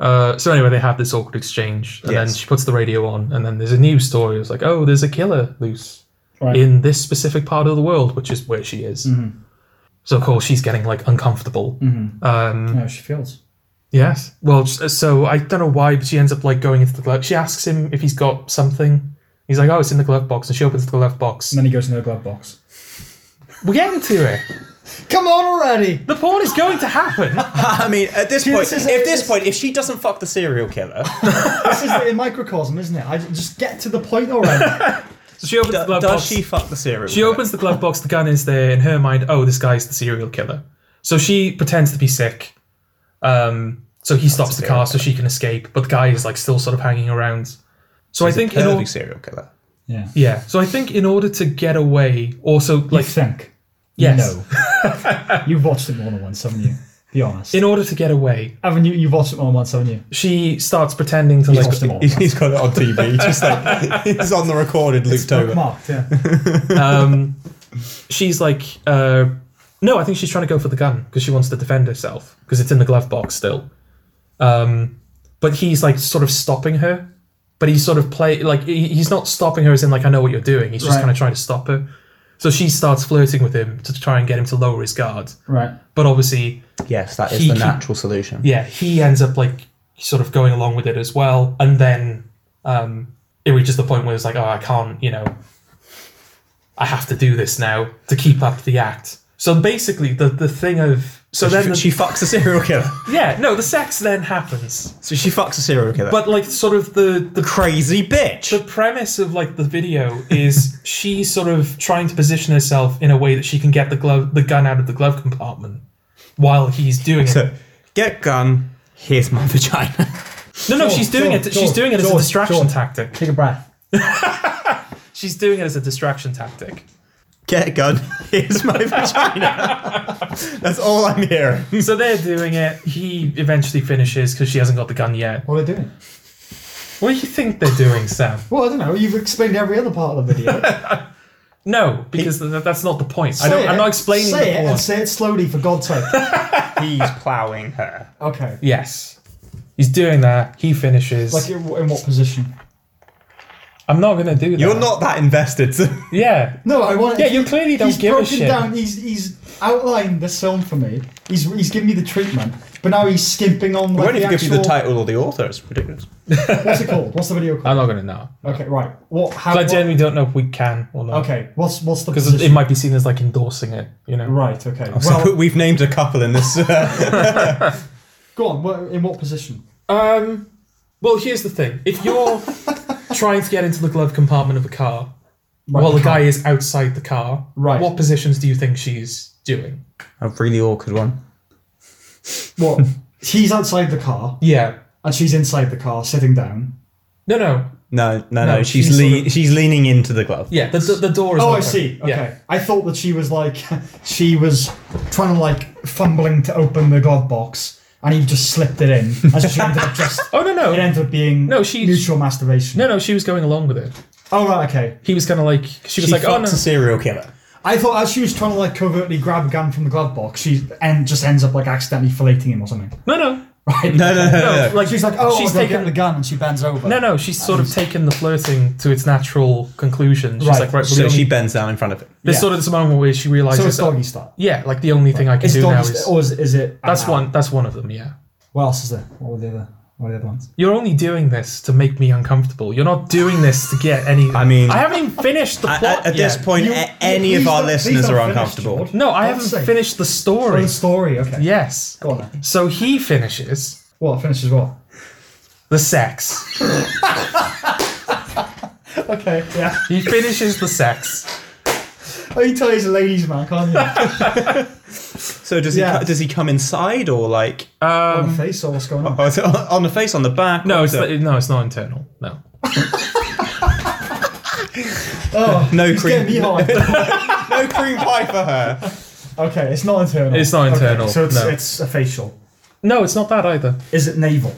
A: Uh, so anyway, they have this awkward exchange, and then
B: Yes.
A: she puts the radio on, and then there's a news story. It's like, oh, there's a killer loose
C: Right.
A: in this specific part of the world, which is where she is.
B: Mm-hmm.
A: So of course she's getting like
B: Mm.
A: uncomfortable. Um,
C: No, Mm-hmm. Oh, she feels.
A: yes. Well, s- so I don't know why, but she ends up like going into the glove. She asks him if he's got something. He's like, oh, it's in the glove box, and she opens the glove box.
C: And then he goes into the glove box.
A: We're getting to it.
C: Come on already!
A: The porn is going to
B: *laughs*
A: happen.
B: *laughs* I mean, at this point,
C: this is-
B: at this point, if she doesn't fuck
A: *laughs*
B: the serial killer,
C: This is the microcosm, isn't it? I just get to the point already.
A: So she opens
B: D-
A: the glove
B: does
A: box.
B: she fuck the cereal?
A: She opens the glove box, the gun is there. In her mind, oh, this guy's the serial killer. So she pretends to be sick. Um, so he stops the car so she can escape, but the guy is like still sort of hanging around. So I think in
B: Curvy
A: order,
B: serial killer.
C: *laughs* Yeah.
A: yeah. So I think in order to get away, also
C: Like
A: like
C: think.
A: Yes.
C: No.
A: *laughs*
C: you've watched it more than once, haven't you? Be honest.
A: in order to get away,
C: haven't you? You've watched it more than once, haven't you?
A: she starts pretending to
C: watched them
A: like
C: all.
B: *laughs* He's- he's got it on TV.
A: *laughs*
B: Just like it's on the recorded looped over.
C: Bookmarked, yeah.
A: um, she's like uh, no, I think she's trying to go for the gun because she wants to defend herself because it's in the glove box still. Um, but he's like sort of stopping her, but he's sort of play like he- he's not stopping her as in like I know what you're doing. He's just
C: Right.
A: kind of trying to stop her. So she starts flirting with him to try and get him to lower his guard.
C: Right.
A: But obviously,
B: Yes, that
A: He can-
B: solution.
A: yeah, he ends up like sort of going along with it as well, and then um, it reaches the point where it's like, oh, I can't, you know, I have to do this now to keep up the act. So basically, the the thing of so
B: So
A: then
B: then
A: the-
B: she fucks a serial killer.
A: yeah, no, the sex then happens,
B: So she fucks a serial killer.
A: but like sort of the the
B: crazy bitch.
A: the premise of like the video
B: *laughs*
A: is she's sort of trying to position herself in a way that she can get the glove the gun out of the glove compartment while he's doing it.
B: So get gun. Here's my vagina.
A: no, no,
C: George,
A: she's doing
C: George,
A: it. She's doing it as a
C: George,
A: distraction
C: George.
A: tactic.
C: Take a breath.
A: She's doing it as a distraction tactic.
B: *laughs* Get gun. Here's my vagina. That's all I'm hearing.
A: So they're doing it. He eventually finishes because she hasn't got the gun yet.
C: What are they doing?
A: What do you think they're doing, Sam?
C: Well, I don't know. You've explained every other part of
A: *laughs*
C: the video.
A: No, because th- that's not the point. I
C: Say
A: don't, I'm
C: it.
A: not explaining
C: Say
A: the
C: it and
A: point.
C: say it slowly, for God's
A: *laughs*
C: sake.
B: He's ploughing her.
C: Okay.
A: Yes. He's doing that. He finishes.
C: Like in, in what position?
A: I'm not going to do that.
B: You're not that invested. *laughs*
A: Yeah.
C: No, I want.
A: Yeah, you clearly don't
C: he's
A: give a
C: broken
A: shit.
C: down. He's he's outlined this film for me. He's he's given me the treatment, but now he's skimping on.
B: I
C: Like,
B: won't
C: the
B: even give you the
C: actual-
B: title or the author. It's ridiculous.
C: What's it called? What's the video called?
A: I'm not going to know.
C: Okay, right. What? How?
A: But I
C: what-
A: genuinely don't know if we can or not.
C: okay. What's what's the
A: Because it
C: position?
A: might be seen as like endorsing it, you know?
C: Right. Okay.
B: So
C: Well,
B: we've named a couple in this. Uh,
C: go on. What, in what position?
A: Um, well, here's the thing. If
C: *laughs*
A: you're trying to get into the glove compartment of a car,
C: Right,
A: while the
C: okay.
A: guy is outside the car,
C: Right.
A: what positions do you think she's doing?
B: *laughs* a really awkward one.
C: What? he's outside the car
A: Yeah.
C: and she's inside the car, sitting down.
A: No, no.
B: No, no, no.
A: No,
B: she's
A: she's
B: lean.
A: sort of-
B: she's leaning into the glove.
A: Yeah, the, the, the door is
C: Oh, I
A: open.
C: see. Okay.
A: Yeah.
C: I thought that she was like, *laughs* she was trying to like fumbling to open the glove box, and he just slipped it in, and she ended up just.
A: *laughs* Oh, no,
C: It
A: no.
C: ended up being
A: No, she-
C: mutual masturbation.
A: No, no, she was going along with it.
C: Oh right, okay.
A: He was kind of like, she was
B: She
A: like,
B: fucks
A: oh, no.
B: a serial killer.
C: I thought as she was trying to like covertly grab a gun from the glove box, she and just ends up like accidentally filleting him or something. *laughs*
A: No, no.
C: Right?
B: No, no, no, no.
A: No, like,
C: She's like, oh,
A: she's
C: she's taking
A: taken-
C: the gun, and she bends over.
A: No, no, she's sort of taken the flirting to its natural conclusion. She's
C: Right.
A: like, right, well, the
B: So
A: only-
B: she bends down in front of it.
A: there's
C: yeah.
A: sort of this moment where she
C: So
A: realizes,
C: it's doggy style.
A: yeah, like the only thing I can
C: It's
A: do
C: doggy
A: now
C: style,
A: is
C: or is, is it?
A: that's
C: Ah.
A: one. That's one of them. Yeah,
C: What else is there? What were the other? What are the other ones?
A: you're only doing this to make me uncomfortable. You're not doing this to get any.
B: I mean-
A: I haven't even finished the
B: At,
A: plot
B: at- at this
A: yet.
B: point,
C: You-
B: a- any
C: please
B: of our
C: don't- please
B: listeners
C: don't
B: are
C: finish,
B: uncomfortable.
C: George.
A: No, I
C: God's
A: haven't
C: sake.
A: finished the
C: Oh,
A: story.
C: the story. Okay.
A: Yes.
C: Go on. Then.
A: So he finishes
C: Well, finish as well.
A: the sex.
C: Okay. Yeah.
A: He finishes the sex.
C: *laughs* Oh, you tell he's a ladies'
A: *laughs*
C: man, can't you?
B: So does
C: Yeah.
B: he? co- Does he come inside or like
C: On the
A: Um,
C: face or what's going
B: *laughs*
C: on?
B: oh, is it on on the face, on the back?
A: no, it's
B: Or-
A: not, no, it's not internal. No.
C: Oh,
B: no
C: he's getting me
B: cream. *laughs*
C: high.
B: No cream pie for her.
C: okay, it's not internal.
A: It's not
C: Okay,
A: internal,
C: so it's,
A: no.
C: it's a facial.
A: No, it's not that either.
C: Is it navel?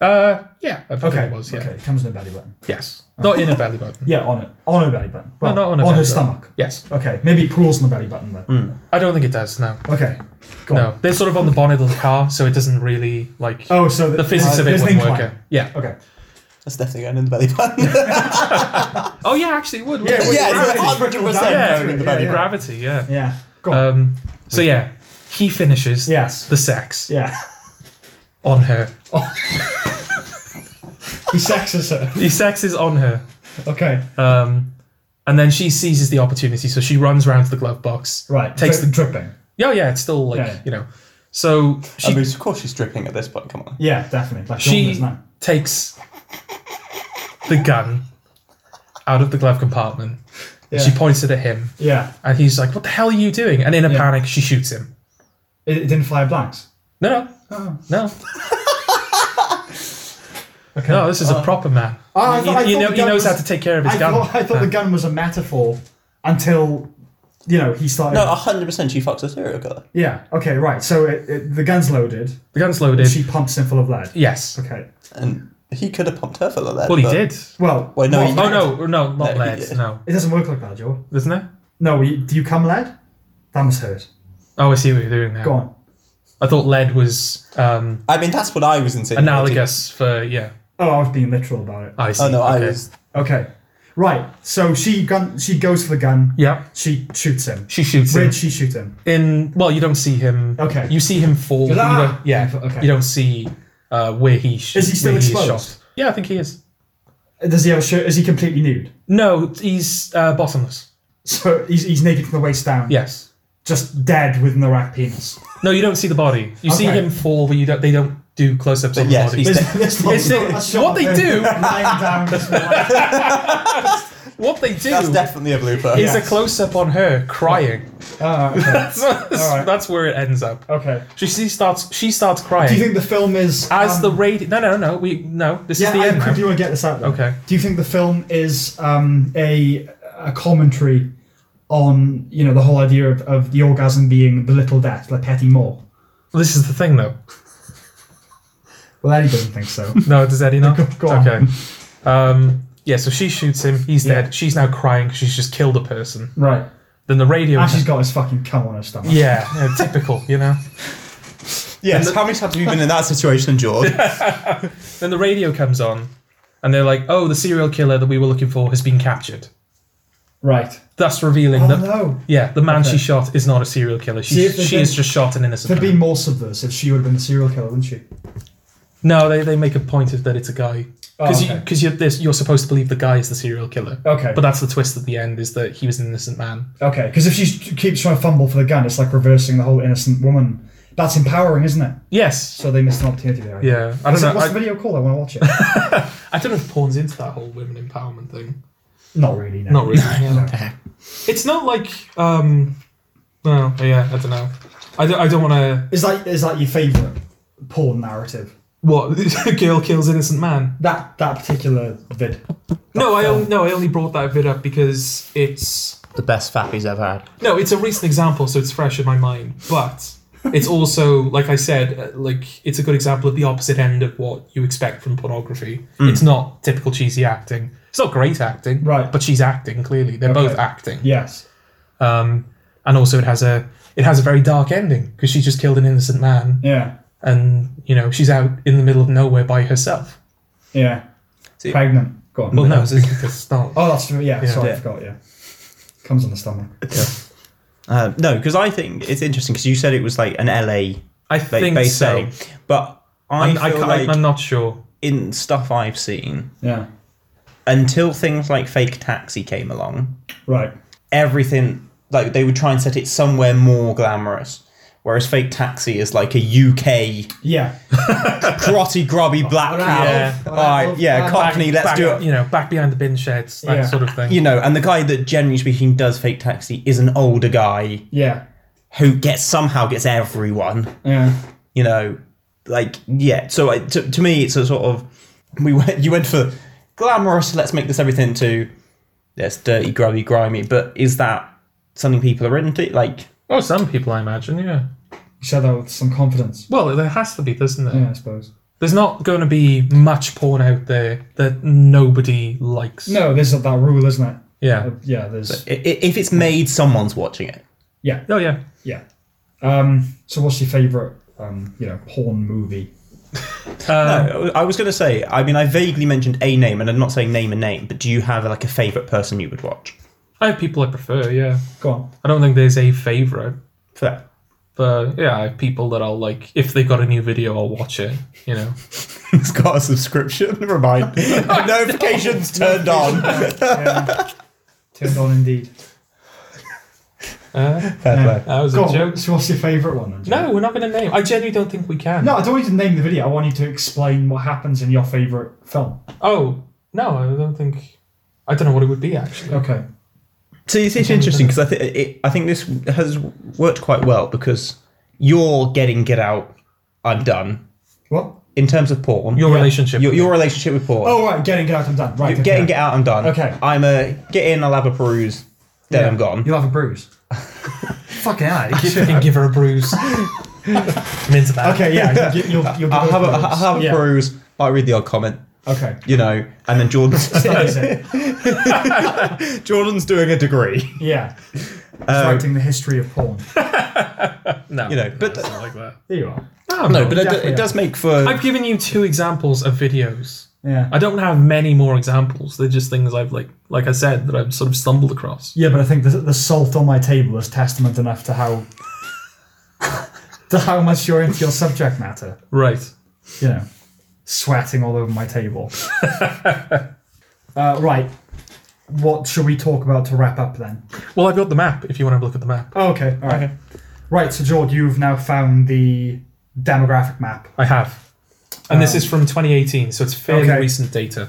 A: Uh, yeah, I think
C: Okay.
A: it was. Yeah.
C: Okay. It comes in a belly button.
A: Yes. Not in a belly button.
C: Yeah, on it. On her belly button. Well,
A: No, not on a
C: on
A: belly
C: her
A: button.
C: stomach.
A: Yes.
C: Okay. Maybe it pulls on the belly button then.
A: I don't think it does. No.
C: Okay. Go
A: No.
C: on.
A: They're sort of on the bonnet of the car, so it doesn't really like
C: Oh, so
A: the physics
C: uh,
A: of it
C: there's an
A: wouldn't work.
C: incline.
A: out. Yeah.
C: Okay.
B: That's definitely going in the belly *laughs* button.
A: Oh yeah, actually it would.
C: Yeah,
A: wouldn't
C: it
A: it?
C: would.
B: yeah, it's
C: Gravity.
B: 100%
A: Yeah.
B: going in
C: Yeah, yeah.
B: the belly button.
A: Gravity. Yeah.
C: Yeah. Go on.
A: Um. So yeah, he finishes.
C: Yes.
A: The sex
C: yeah. *laughs*
A: on her.
C: He sexes her.
A: He sexes on her.
C: Okay.
A: Um, and then she seizes the opportunity, so she runs round to the glove box.
C: Right.
A: Takes
C: Dri-
A: the.
C: dripping.
A: Yeah, yeah, it's still like
C: Yeah.
A: you know. So she
B: I mean, of course she's dripping at this point. Come on.
C: Yeah, definitely. Like
A: she
C: Dawn is now.
A: takes the gun out of the glove compartment.
C: Yeah.
A: She points it at him,
C: yeah.
A: and he's like, "What the hell are you doing?" And in a
C: Yeah.
A: panic, she shoots him.
C: It, it didn't fire blanks.
A: No,
C: Oh.
A: no,
C: *laughs*
A: no. No, this is a proper man.
C: Oh, I
A: You-
C: thought- I
A: you
C: thought
A: know,
C: the
A: he
C: gun
A: knows
C: was-
A: how to take care of his
C: I
A: gun.
C: thought, I thought the
A: Yeah.
C: gun was a metaphor until, you know, he started.
B: No, hundred percent. She fucks a serial killer.
C: Yeah. Okay. Right. So it, it, the gun's loaded.
A: The gun's loaded.
C: She pumps him full of lead.
A: yes.
C: Okay.
B: And he could have pumped her for that.
A: Well, he
B: but-
A: did.
C: Well.
B: Wait, no,
C: well,
B: he-
A: Oh no, no, not
B: he
A: lead.
B: did.
A: No,
C: It doesn't work like that, Joe.
A: isn't it?
C: No. You, do you come lead? That must hurt.
A: Oh, I see what you're doing now.
C: Go on.
A: I thought lead was um,
B: I mean, that's what I was insinuating.
A: analogous for yeah.
C: Oh, I was being literal about it.
A: I see.
B: Oh no, I
A: okay.
B: was.
C: Okay. Right. So she gun. She goes for the gun.
A: Yeah,
C: She shoots him.
A: she shoots
C: Where'd
A: him.
C: she shoot him?
A: In well, you don't see him.
C: Okay.
A: You see him fall.
C: You're like,
A: you
C: "Ah!"
A: don't- yeah.
C: Okay.
A: You don't see uh, where he sh-
C: Is he still
A: where
C: exposed?
A: shot. Yeah, I think he is.
C: Does he have a shirt? Is he completely nude?
A: No, he's uh, bottomless.
C: So he's, he's naked from the waist down.
A: Yes.
C: Just dead with an erect penis.
A: No, you don't see the body. You see
C: Okay.
A: him fall, but you don't. They don't do close-ups on
B: yes,
A: the body.
C: *laughs*
B: he's-
C: There's- there's
A: It's-
C: not- that's
A: what
C: not-
A: they do-
C: Lying down, just relaxed. *laughs*
A: What they do
B: That's
A: is
B: definitely a blooper.
C: Yeah.
A: a close-up on her crying.
C: Oh, okay.
A: That's, that's-
C: Alright.
A: *laughs* that's where it ends up.
C: okay.
A: She, she starts. She starts
C: Do
A: crying
C: you think the film is
A: as
C: um,
A: the radio. No, no, no. We no. This
C: yeah?
A: is the
C: I
A: end. now.
C: quickly want to get this out. There.
A: Okay.
C: Do you think the film is um, a a commentary on you know the whole idea of, of the orgasm being the little death, like petty more?
A: This is the thing, though.
C: Well, Eddie doesn't think so.
A: *laughs* No, does Eddie not?
C: Go- *laughs* go on.
A: Okay. Um, yeah. So she shoots him. He's
C: Yeah.
A: dead. She's now crying because she's just killed a person.
C: right.
A: Then the radio.
C: Ash has got his fucking cum on her stomach.
A: *laughs* yeah, yeah, typical, you know.
B: Yes. How many times have you been in that
A: *laughs*
B: situation, George?
A: Then the radio comes on, and they're like, "Oh, the serial killer that we were looking for has been captured."
C: Right.
A: That's revealing
C: Oh
A: that.
C: no.
A: Yeah, the man
C: Okay.
A: she shot is not a serial killer. She
C: See, if they'd
A: she
C: been-
A: has just shot an innocent.
C: There'd be
A: Man.
C: more subversive. She would have been the serial killer, wouldn't she?
A: No, they, they make a point of that it's a guy
C: Oh,
A: because
C: okay. Oh,
A: you, are this you're supposed to believe the guy is the serial killer.
C: Okay.
A: But that's the twist at the end is that he was an innocent man.
C: Okay, because if she keeps trying to fumble for the gun, it's like reversing the whole innocent woman. That's empowering, isn't it?
A: Yes.
C: So they missed an opportunity there. I think.
A: Yeah. I don't
C: What's,
A: know.
C: what's
A: I,
C: the video called? I want
A: *laughs*
C: to watch it.
A: I don't know if it pawns into that whole women empowerment thing.
C: Not really. No.
A: Not really. yeah. It's not like um. Well, yeah, I don't know. I don't, I don't want to.
C: Is that is that your favourite porn narrative?
A: What *laughs* girl kills innocent man?
C: That that particular vid.
A: No, I only, no, I only brought that bit up because it's
D: The best fap he's ever had.
A: No, it's a recent example, so it's fresh in my mind. But it's also, like I said, uh, like it's a good example of the opposite end of what you expect from pornography.
B: Mm.
A: It's not typical cheesy acting. It's not great acting,
C: Right.
A: But she's acting clearly. They're both
C: Okay.
A: acting,
C: Yes.
A: um, and also it has a it has a very dark ending because she just killed an innocent man,
C: Yeah.
A: and you know she's out in the middle of nowhere by herself.
C: Yeah.
B: See-
C: Pregnant. Go on.
A: Well, no, it's
B: *laughs*
A: it's not.
C: Oh, that's yeah. Sorry, I
B: Yeah.
C: forgot. Yeah. Comes on the stomach.
B: Uh, no, because I think it's interesting because you said it was like an LA
A: I
B: like,
A: think
B: based
A: so.
B: setting, but I
A: I'm,
B: feel
A: I ca-
B: like
A: I'm not sure.
B: in stuff I've seen
C: Yeah.
B: until things like Fake Taxi came along,
C: Right.
B: everything like they would try and set it somewhere more glamorous. Whereas Fake Taxi is like
A: *laughs*
B: a UK
C: Yeah.
B: grotty, grubby black
C: Alright, alright,
B: cat. Alright,
C: alright,
B: yeah,
C: alright.
B: Cockney, let's
A: back,
B: do it.
A: You know, back behind the bin sheds, that
C: Yeah.
A: sort of thing.
B: You know, and the guy that generally speaking does Fake Taxi is an older guy
C: Yeah.
B: who gets somehow gets everyone.
C: Yeah.
B: you know, like yeah. So I, to, to me, it's a sort of we went you went for glamorous. Let's make this everything to yes, dirty, grubby, grimy. But is that something people are into? Like
A: Oh, some people, I imagine, yeah.
C: You said that with some confidence.
A: Well, there has to be, doesn't there?
C: Yeah, I suppose.
A: There's not going to be much porn out there that nobody likes.
C: No, there's that rule, isn't it?
A: Yeah.
C: Uh, Yeah. There's.
B: i- i- if it's made, someone's watching it.
C: Yeah.
A: Oh, yeah.
C: Yeah. Um, so what's your favourite, um, you know, porn movie?
A: Uh,
B: No, I was going to say. I mean, I vaguely mentioned a name, and I'm not saying name a name, but do you have like a favorite person you would watch
A: I have people I prefer, yeah.
C: Go on.
A: I don't think there's a favourite,
B: for that?
A: but yeah, I have people that I'll like. If they've got a new video, I'll watch it, you know.
B: *laughs* It's got a subscription. *laughs* Remind notifications turned on.
C: *laughs* Yeah. Turned on indeed.
A: Uh,
B: Fair
C: Yeah.
B: play.
A: that was
C: Go
A: a
C: on.
A: joke.
C: So what's your favourite one? Then, Joe?
A: No, we're not going to name. I genuinely don't think we can.
C: No, I don't want you to name the video. I want you to explain what happens in your favourite film.
A: Oh, no, I don't think. I don't know what it would be actually.
C: Okay.
E: So it's, it's interesting because I think it, I think this has worked quite well because you're getting get out. I'm done
C: What?
E: in terms of porn.
A: Your relationship.
E: your,
A: with
E: your relationship with porn.
C: Oh right, getting get out. I'm done. Right. okay.
E: Get in, get out. I'm done.
C: Okay.
E: I'm a get in. I'll have a peruse. Then
C: Yeah.
E: I'm gone.
C: You'll have a *laughs* bruise. Fucking hell.
A: it. *laughs* give, and give her a bruise. I'm into that.
C: Okay. Yeah. You'll
E: *laughs*
C: you'll, you'll give
E: I'll
C: it
E: have a,
C: bruise.
E: I'll have a
C: Yeah.
E: peruse. I read the odd comment.
C: Okay.
E: You know, and then Jordan. *laughs*
C: That is it.
E: Jordan's doing a degree.
C: Yeah. Writing the history of porn.
A: *laughs* No,
E: You know, but
A: it's not like that.
C: There you are.
A: No,
E: no, but it,
C: Definitely.
E: it does make for.
A: I've given you two examples of videos.
C: Yeah.
A: I don't have many more examples. They're just things I've like, like I said, that I've sort of stumbled across.
C: Yeah, but I think the, the salt on my table is testament enough to how *laughs* to how much you're into your subject matter.
A: Right.
C: You know, sweating all over my *laughs* table. uh, right. What should we talk about to wrap up then?
A: Well, I've got the map. If you want to have a look at the map,
C: Oh, okay. All right.
A: Okay.
C: Right. So, George, you've now found the demographic map.
A: I have, and this is from 2018, so it's fairly
C: Um, Okay.
A: recent data.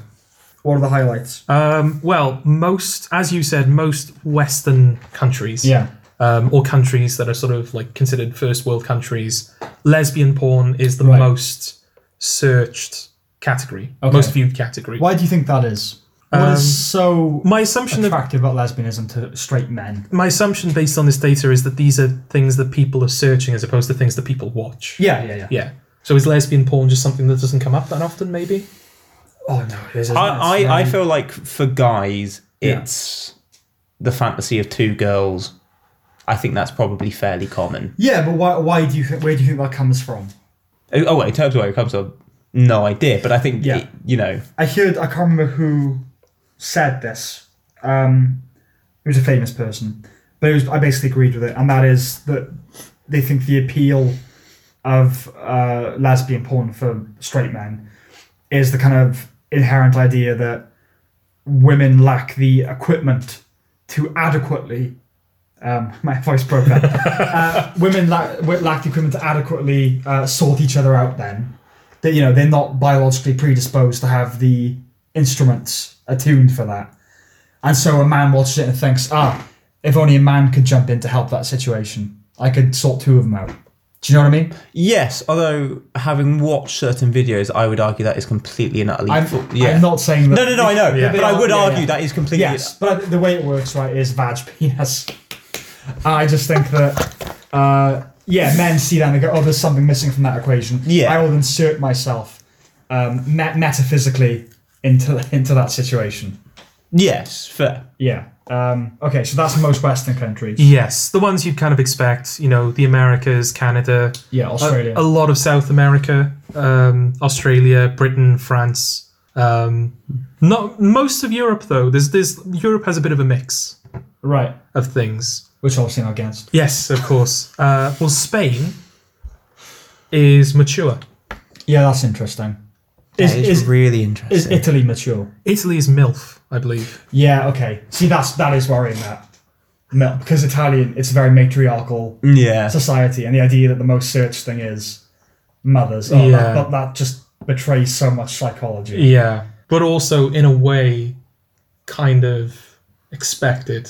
C: What are the highlights?
A: Um, well, most, as you said, most Western countries,
C: Yeah.
A: um, or countries that are sort of like considered first world countries, lesbian porn is the
C: Right.
A: most searched category,
C: Okay.
A: most viewed category.
C: Why do you think that is? What is so
A: My assumption that
C: attractive about lesbianism to straight men?
A: my assumption based on this data is that these are things that people are searching as opposed to things that people watch.
C: Yeah, yeah, yeah.
A: Yeah. So is lesbian porn just something that doesn't come up that often? Maybe.
C: Oh no, it is. isn't it?
E: I,
C: It's
E: I, I
C: really-
E: feel like for guys,
C: Yeah.
E: it's the fantasy of two girls. I think that's probably fairly common.
C: Yeah, but why? Why do you? thi- Where do you think that comes from?
E: Oh, oh, wait, in terms of where it comes from, no idea. But I think,
C: Yeah.
E: it- you know,
C: I heard. I can't remember who said this. Um, it was a famous person, but it was. I basically agreed with it, and that is that they think the appeal of uh, lesbian porn for straight men is the kind of inherent idea that women lack the equipment to adequately. Um, *laughs* my voice broke out. uh, women lack, lack the equipment to adequately uh, sort each other out. Then that you know they're not biologically predisposed to have the instruments attuned for that, and so a man watches it and thinks, ah, if only a man could jump in to help that situation, I could sort two of them out. Do you know what I mean?
E: yes. Although having watched certain videos, I would argue that is completely and utterly.
C: I'm,
E: full- yeah.
C: I'm not saying that.
E: no, no, no. I know,
C: Yeah.
E: but I would
C: Yeah, yeah.
E: argue that is completely.
C: Yes, but the way it works, right, is vag penis. I just think that, uh, yeah, men see that and they go, oh, there's something missing from that equation.
E: Yeah.
C: I will insert myself um, met- metaphysically into *laughs* into that situation.
E: Yes, fair.
C: Yeah. Um, okay, so that's most Western countries.
A: Yes, the ones you'd kind of expect. You know, the Americas, Canada,
C: Yeah,
A: a-
C: Australia.
A: A, lot of South America, um, Australia, Britain, France. Um, not most of Europe though. There's there's Europe has a bit of a mix
C: right.
A: of things.
C: Which obviously I'm against.
A: Yes, of course. Uh, well, Spain is mature.
C: Yeah, that's interesting.
E: That
C: Is,
E: is
C: is,
E: really
C: is
E: interesting.
C: Italy mature?
A: Italy is milf, I believe.
C: Yeah, okay. See, that's that is worrying that. No, because Italian, it's a very matriarchal
E: yeah.
C: society, and the idea that the most searched thing is mothers. Oh,
A: Yeah.
C: that, that, that just betrays so much psychology.
A: Yeah, but also in a way, kind of expected.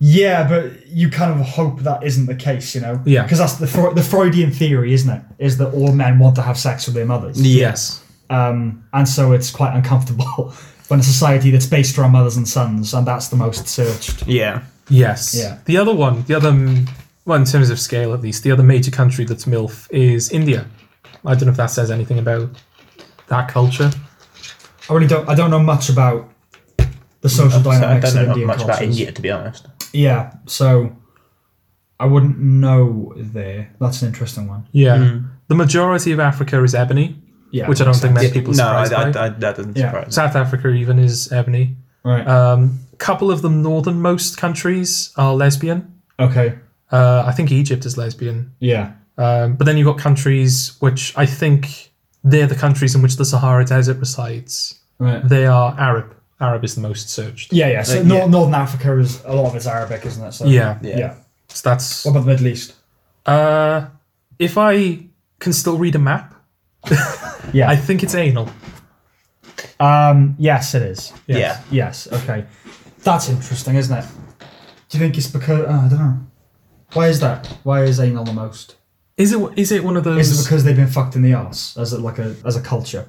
C: Yeah, but you kind of hope that isn't the case, you know?
A: Yeah.
C: Because that's the, Fre- the Freudian theory, isn't it? Is that all men want to have sex with their mothers.
A: Yes.
C: Um, and so it's quite uncomfortable *laughs* when a society that's based around mothers and sons, and that's the most searched.
E: Yeah.
A: Yes.
C: Yeah.
A: The other one, the other, mm, well, in terms of scale at least, the other major country that's MILF is India. I don't know if that says anything about that culture.
C: I really don't. I don't know much about the social
E: So Mm, I don't
C: dynamics
E: know
C: of
E: not
C: Indian
E: much
C: cultures.
E: about India, to be honest.
C: Yeah, so I wouldn't know there. That's an interesting one.
A: Yeah. Mm. The majority of Africa is ebony,
C: Yeah,
A: which I don't
C: makes
A: think
C: sense.
A: many people are
E: no, I,
A: surprised
E: I,
A: by.
E: I- that doesn't
C: Yeah.
E: surprise me.
A: South Africa even is ebony.
C: Right.
A: Um, couple of the northernmost countries are lesbian.
C: okay.
A: Uh, I think Egypt is lesbian.
C: Yeah.
A: Um, but then you've got countries which I think they're the countries in which the Sahara Desert resides.
C: Right.
A: They are Arab. Arab is the most searched.
C: Yeah, yeah. So
E: Uh,
C: Nor-
E: yeah.
C: Northern Africa is a lot of it's Arabic, isn't it? So,
A: Yeah.
C: yeah.
E: Yeah.
A: So that's.
C: What about the Middle East?
A: Uh, if I can still read a map,
C: Yeah.
A: I think it's anal.
C: Um, yes, it is.
E: Yeah.
C: Yes. Okay. That's interesting, isn't it? Do you think it's because oh, I don't know? Why is that? Why is anal the most?
A: Is it is it one of those?
C: Is it because they've been fucked in the ass as a, like a as a culture?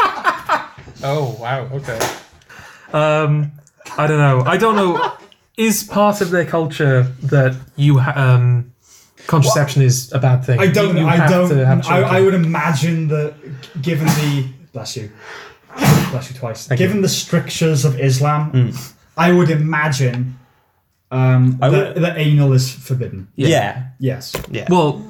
A: oh wow, okay. Um, I don't know. I don't know. *laughs* Is part of their culture that you ha- um, contraception is a bad thing?
C: I don't.
A: You
C: know. I
A: have
C: don't.
A: to have
C: I, I
A: children.
C: would imagine that, g- given the bless you, bless you twice. given the strictures of Islam,
A: Hmm.
C: I would imagine um,
E: I
C: that,
E: would-
C: that anal is forbidden.
E: Yeah.
C: Yes.
A: Well,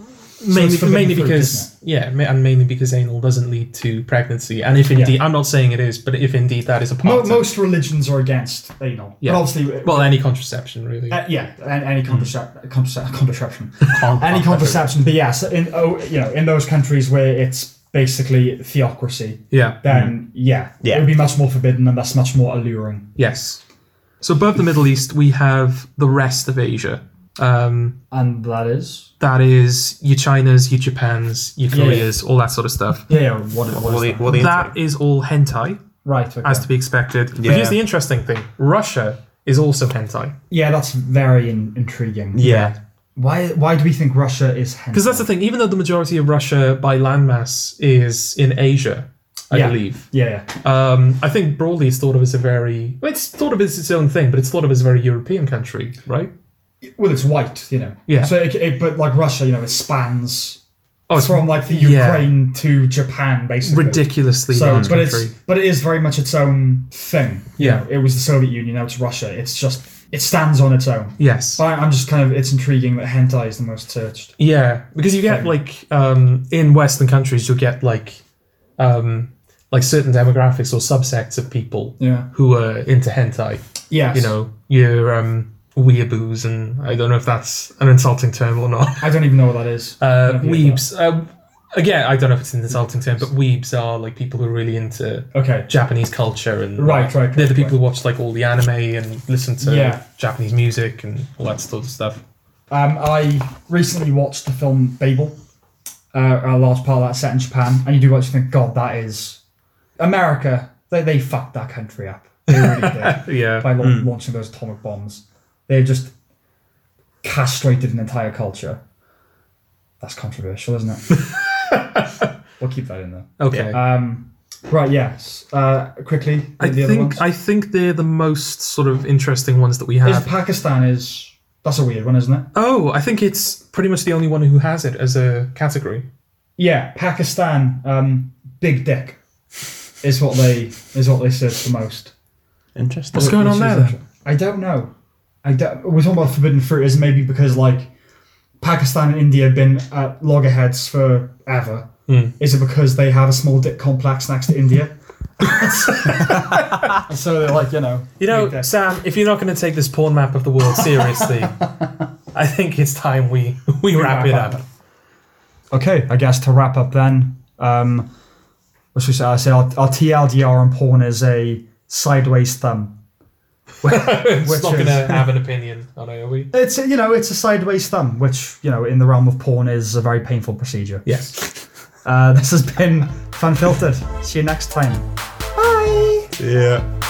A: mainly
C: forbidden
A: mainly
C: fruit,
A: because
C: isn't
A: yeah, ma- and mainly because anal doesn't lead to pregnancy. And if indeed, I'm not saying it is, but if indeed that is a
C: Mo-
A: part, of,
C: most religions are against anal.
A: Yeah.
C: But obviously,
A: well, any contraception really.
C: Uh, yeah, and any contracep- contracep- contraception,
A: Hmm. *laughs* Con-
C: any
A: contraception.
C: contraception. But yes, in oh, you know, in those countries where it's basically theocracy,
A: yeah.
C: then yeah, it
E: Yeah.
C: would be much more forbidden and that's much more alluring.
A: Yes. So above the Middle East, we have the rest of Asia. Um,
C: And that is
A: that is your Chinas, your Japans, your
C: Yeah, yeah.
A: Koreas, all that sort of stuff.
C: yeah, yeah what,
E: What
C: what is
E: are,
C: that?
E: what are
A: That is all hentai,
C: right? Okay.
A: as to be expected. But
E: Yeah.
A: here's the interesting thing: Russia is also hentai,
C: yeah, that's very in- intriguing.
E: yeah.
C: Why why do we think Russia is hentai?
A: because that's the thing. Even though the majority of Russia by landmass is in Asia, I
C: Yeah.
A: believe.
C: yeah, yeah.
A: Um, I think broadly, it's thought of as a very well, it's thought of as its own thing, but it's thought of as a very European country, right?
C: Well, it's white, you know.
A: Yeah.
C: So, it, it, but like Russia, you know, it spans
A: Oh, it's
C: from like the
A: yeah.
C: Ukraine to Japan, basically.
A: ridiculously
C: So,
A: large
C: but
A: country.
C: it's but it is very much its own thing. You
A: Yeah.
C: know, it was the Soviet Union. Now it's Russia. It's just it stands on its own.
A: yes,
C: But I- I'm just kind of it's intriguing that hentai is the most searched.
A: Yeah, because you get like um, in Western countries, you'll get like um, like certain demographics or subsects of people
C: Yeah.
A: who are into hentai.
C: Yes.
A: You know, your um, weeaboos, and I don't know if that's an insulting term or not.
C: I don't even know what that is.
A: Uh,
C: I've never heard
A: weebs. Uh, again, I don't know if it's an insulting term, but weebs are like people who are really into
C: of that. Okay.
A: Japanese culture and
C: Right, right,
A: They're the
C: right,
A: people who watch like all the anime and listen to
C: Yeah.
A: Japanese music and all that sort of stuff.
C: Um, I recently watched the film Babel. Uh, a large part of that set in Japan, and you do watch you think, God, that is America. They they fucked that country up. They really
A: *laughs*
C: did.
A: Yeah.
C: by la- launching those atomic bombs. They just castrated an entire culture. That's controversial, isn't it?
A: *laughs*
C: we'll keep that in there.
A: Okay.
C: Um, right, yes. Uh, quickly, the,
A: I
C: the other ones.
A: think I think they're the most sort of interesting ones that we
C: is
A: have.
C: Pakistan is that's a weird one, isn't it?
A: oh, I think it's pretty much the only one who has it as a category.
C: Yeah, Pakistan. Um, big dick is what they is what they search the most.
B: Interesting.
A: What's going on
C: Which
A: there?
C: is
A: Then?
C: inter- I don't know. I don't, we're talking about forbidden fruit is maybe because like Pakistan and India have been at loggerheads forever.
A: Hmm.
C: Is it because they have a small dick complex next to
A: *laughs*
C: India? so they're like, you know,
A: You know, Sam, if you're not going to take this porn map of the world *laughs* seriously, I think it's time we we wrap it up.
C: Okay, I guess to wrap up then, um, what should we say? I say our, our TLDR on porn is a sideways thumb.
A: It's
C: Which
A: not going
C: is-
A: to have an opinion on it, are we?
C: It's you know it's a sideways thumb, which you know in the realm of porn is a very painful procedure.
A: Yes.
C: *laughs* Uh, this has been Fan Filtered. See you next time. Bye.
E: Yeah.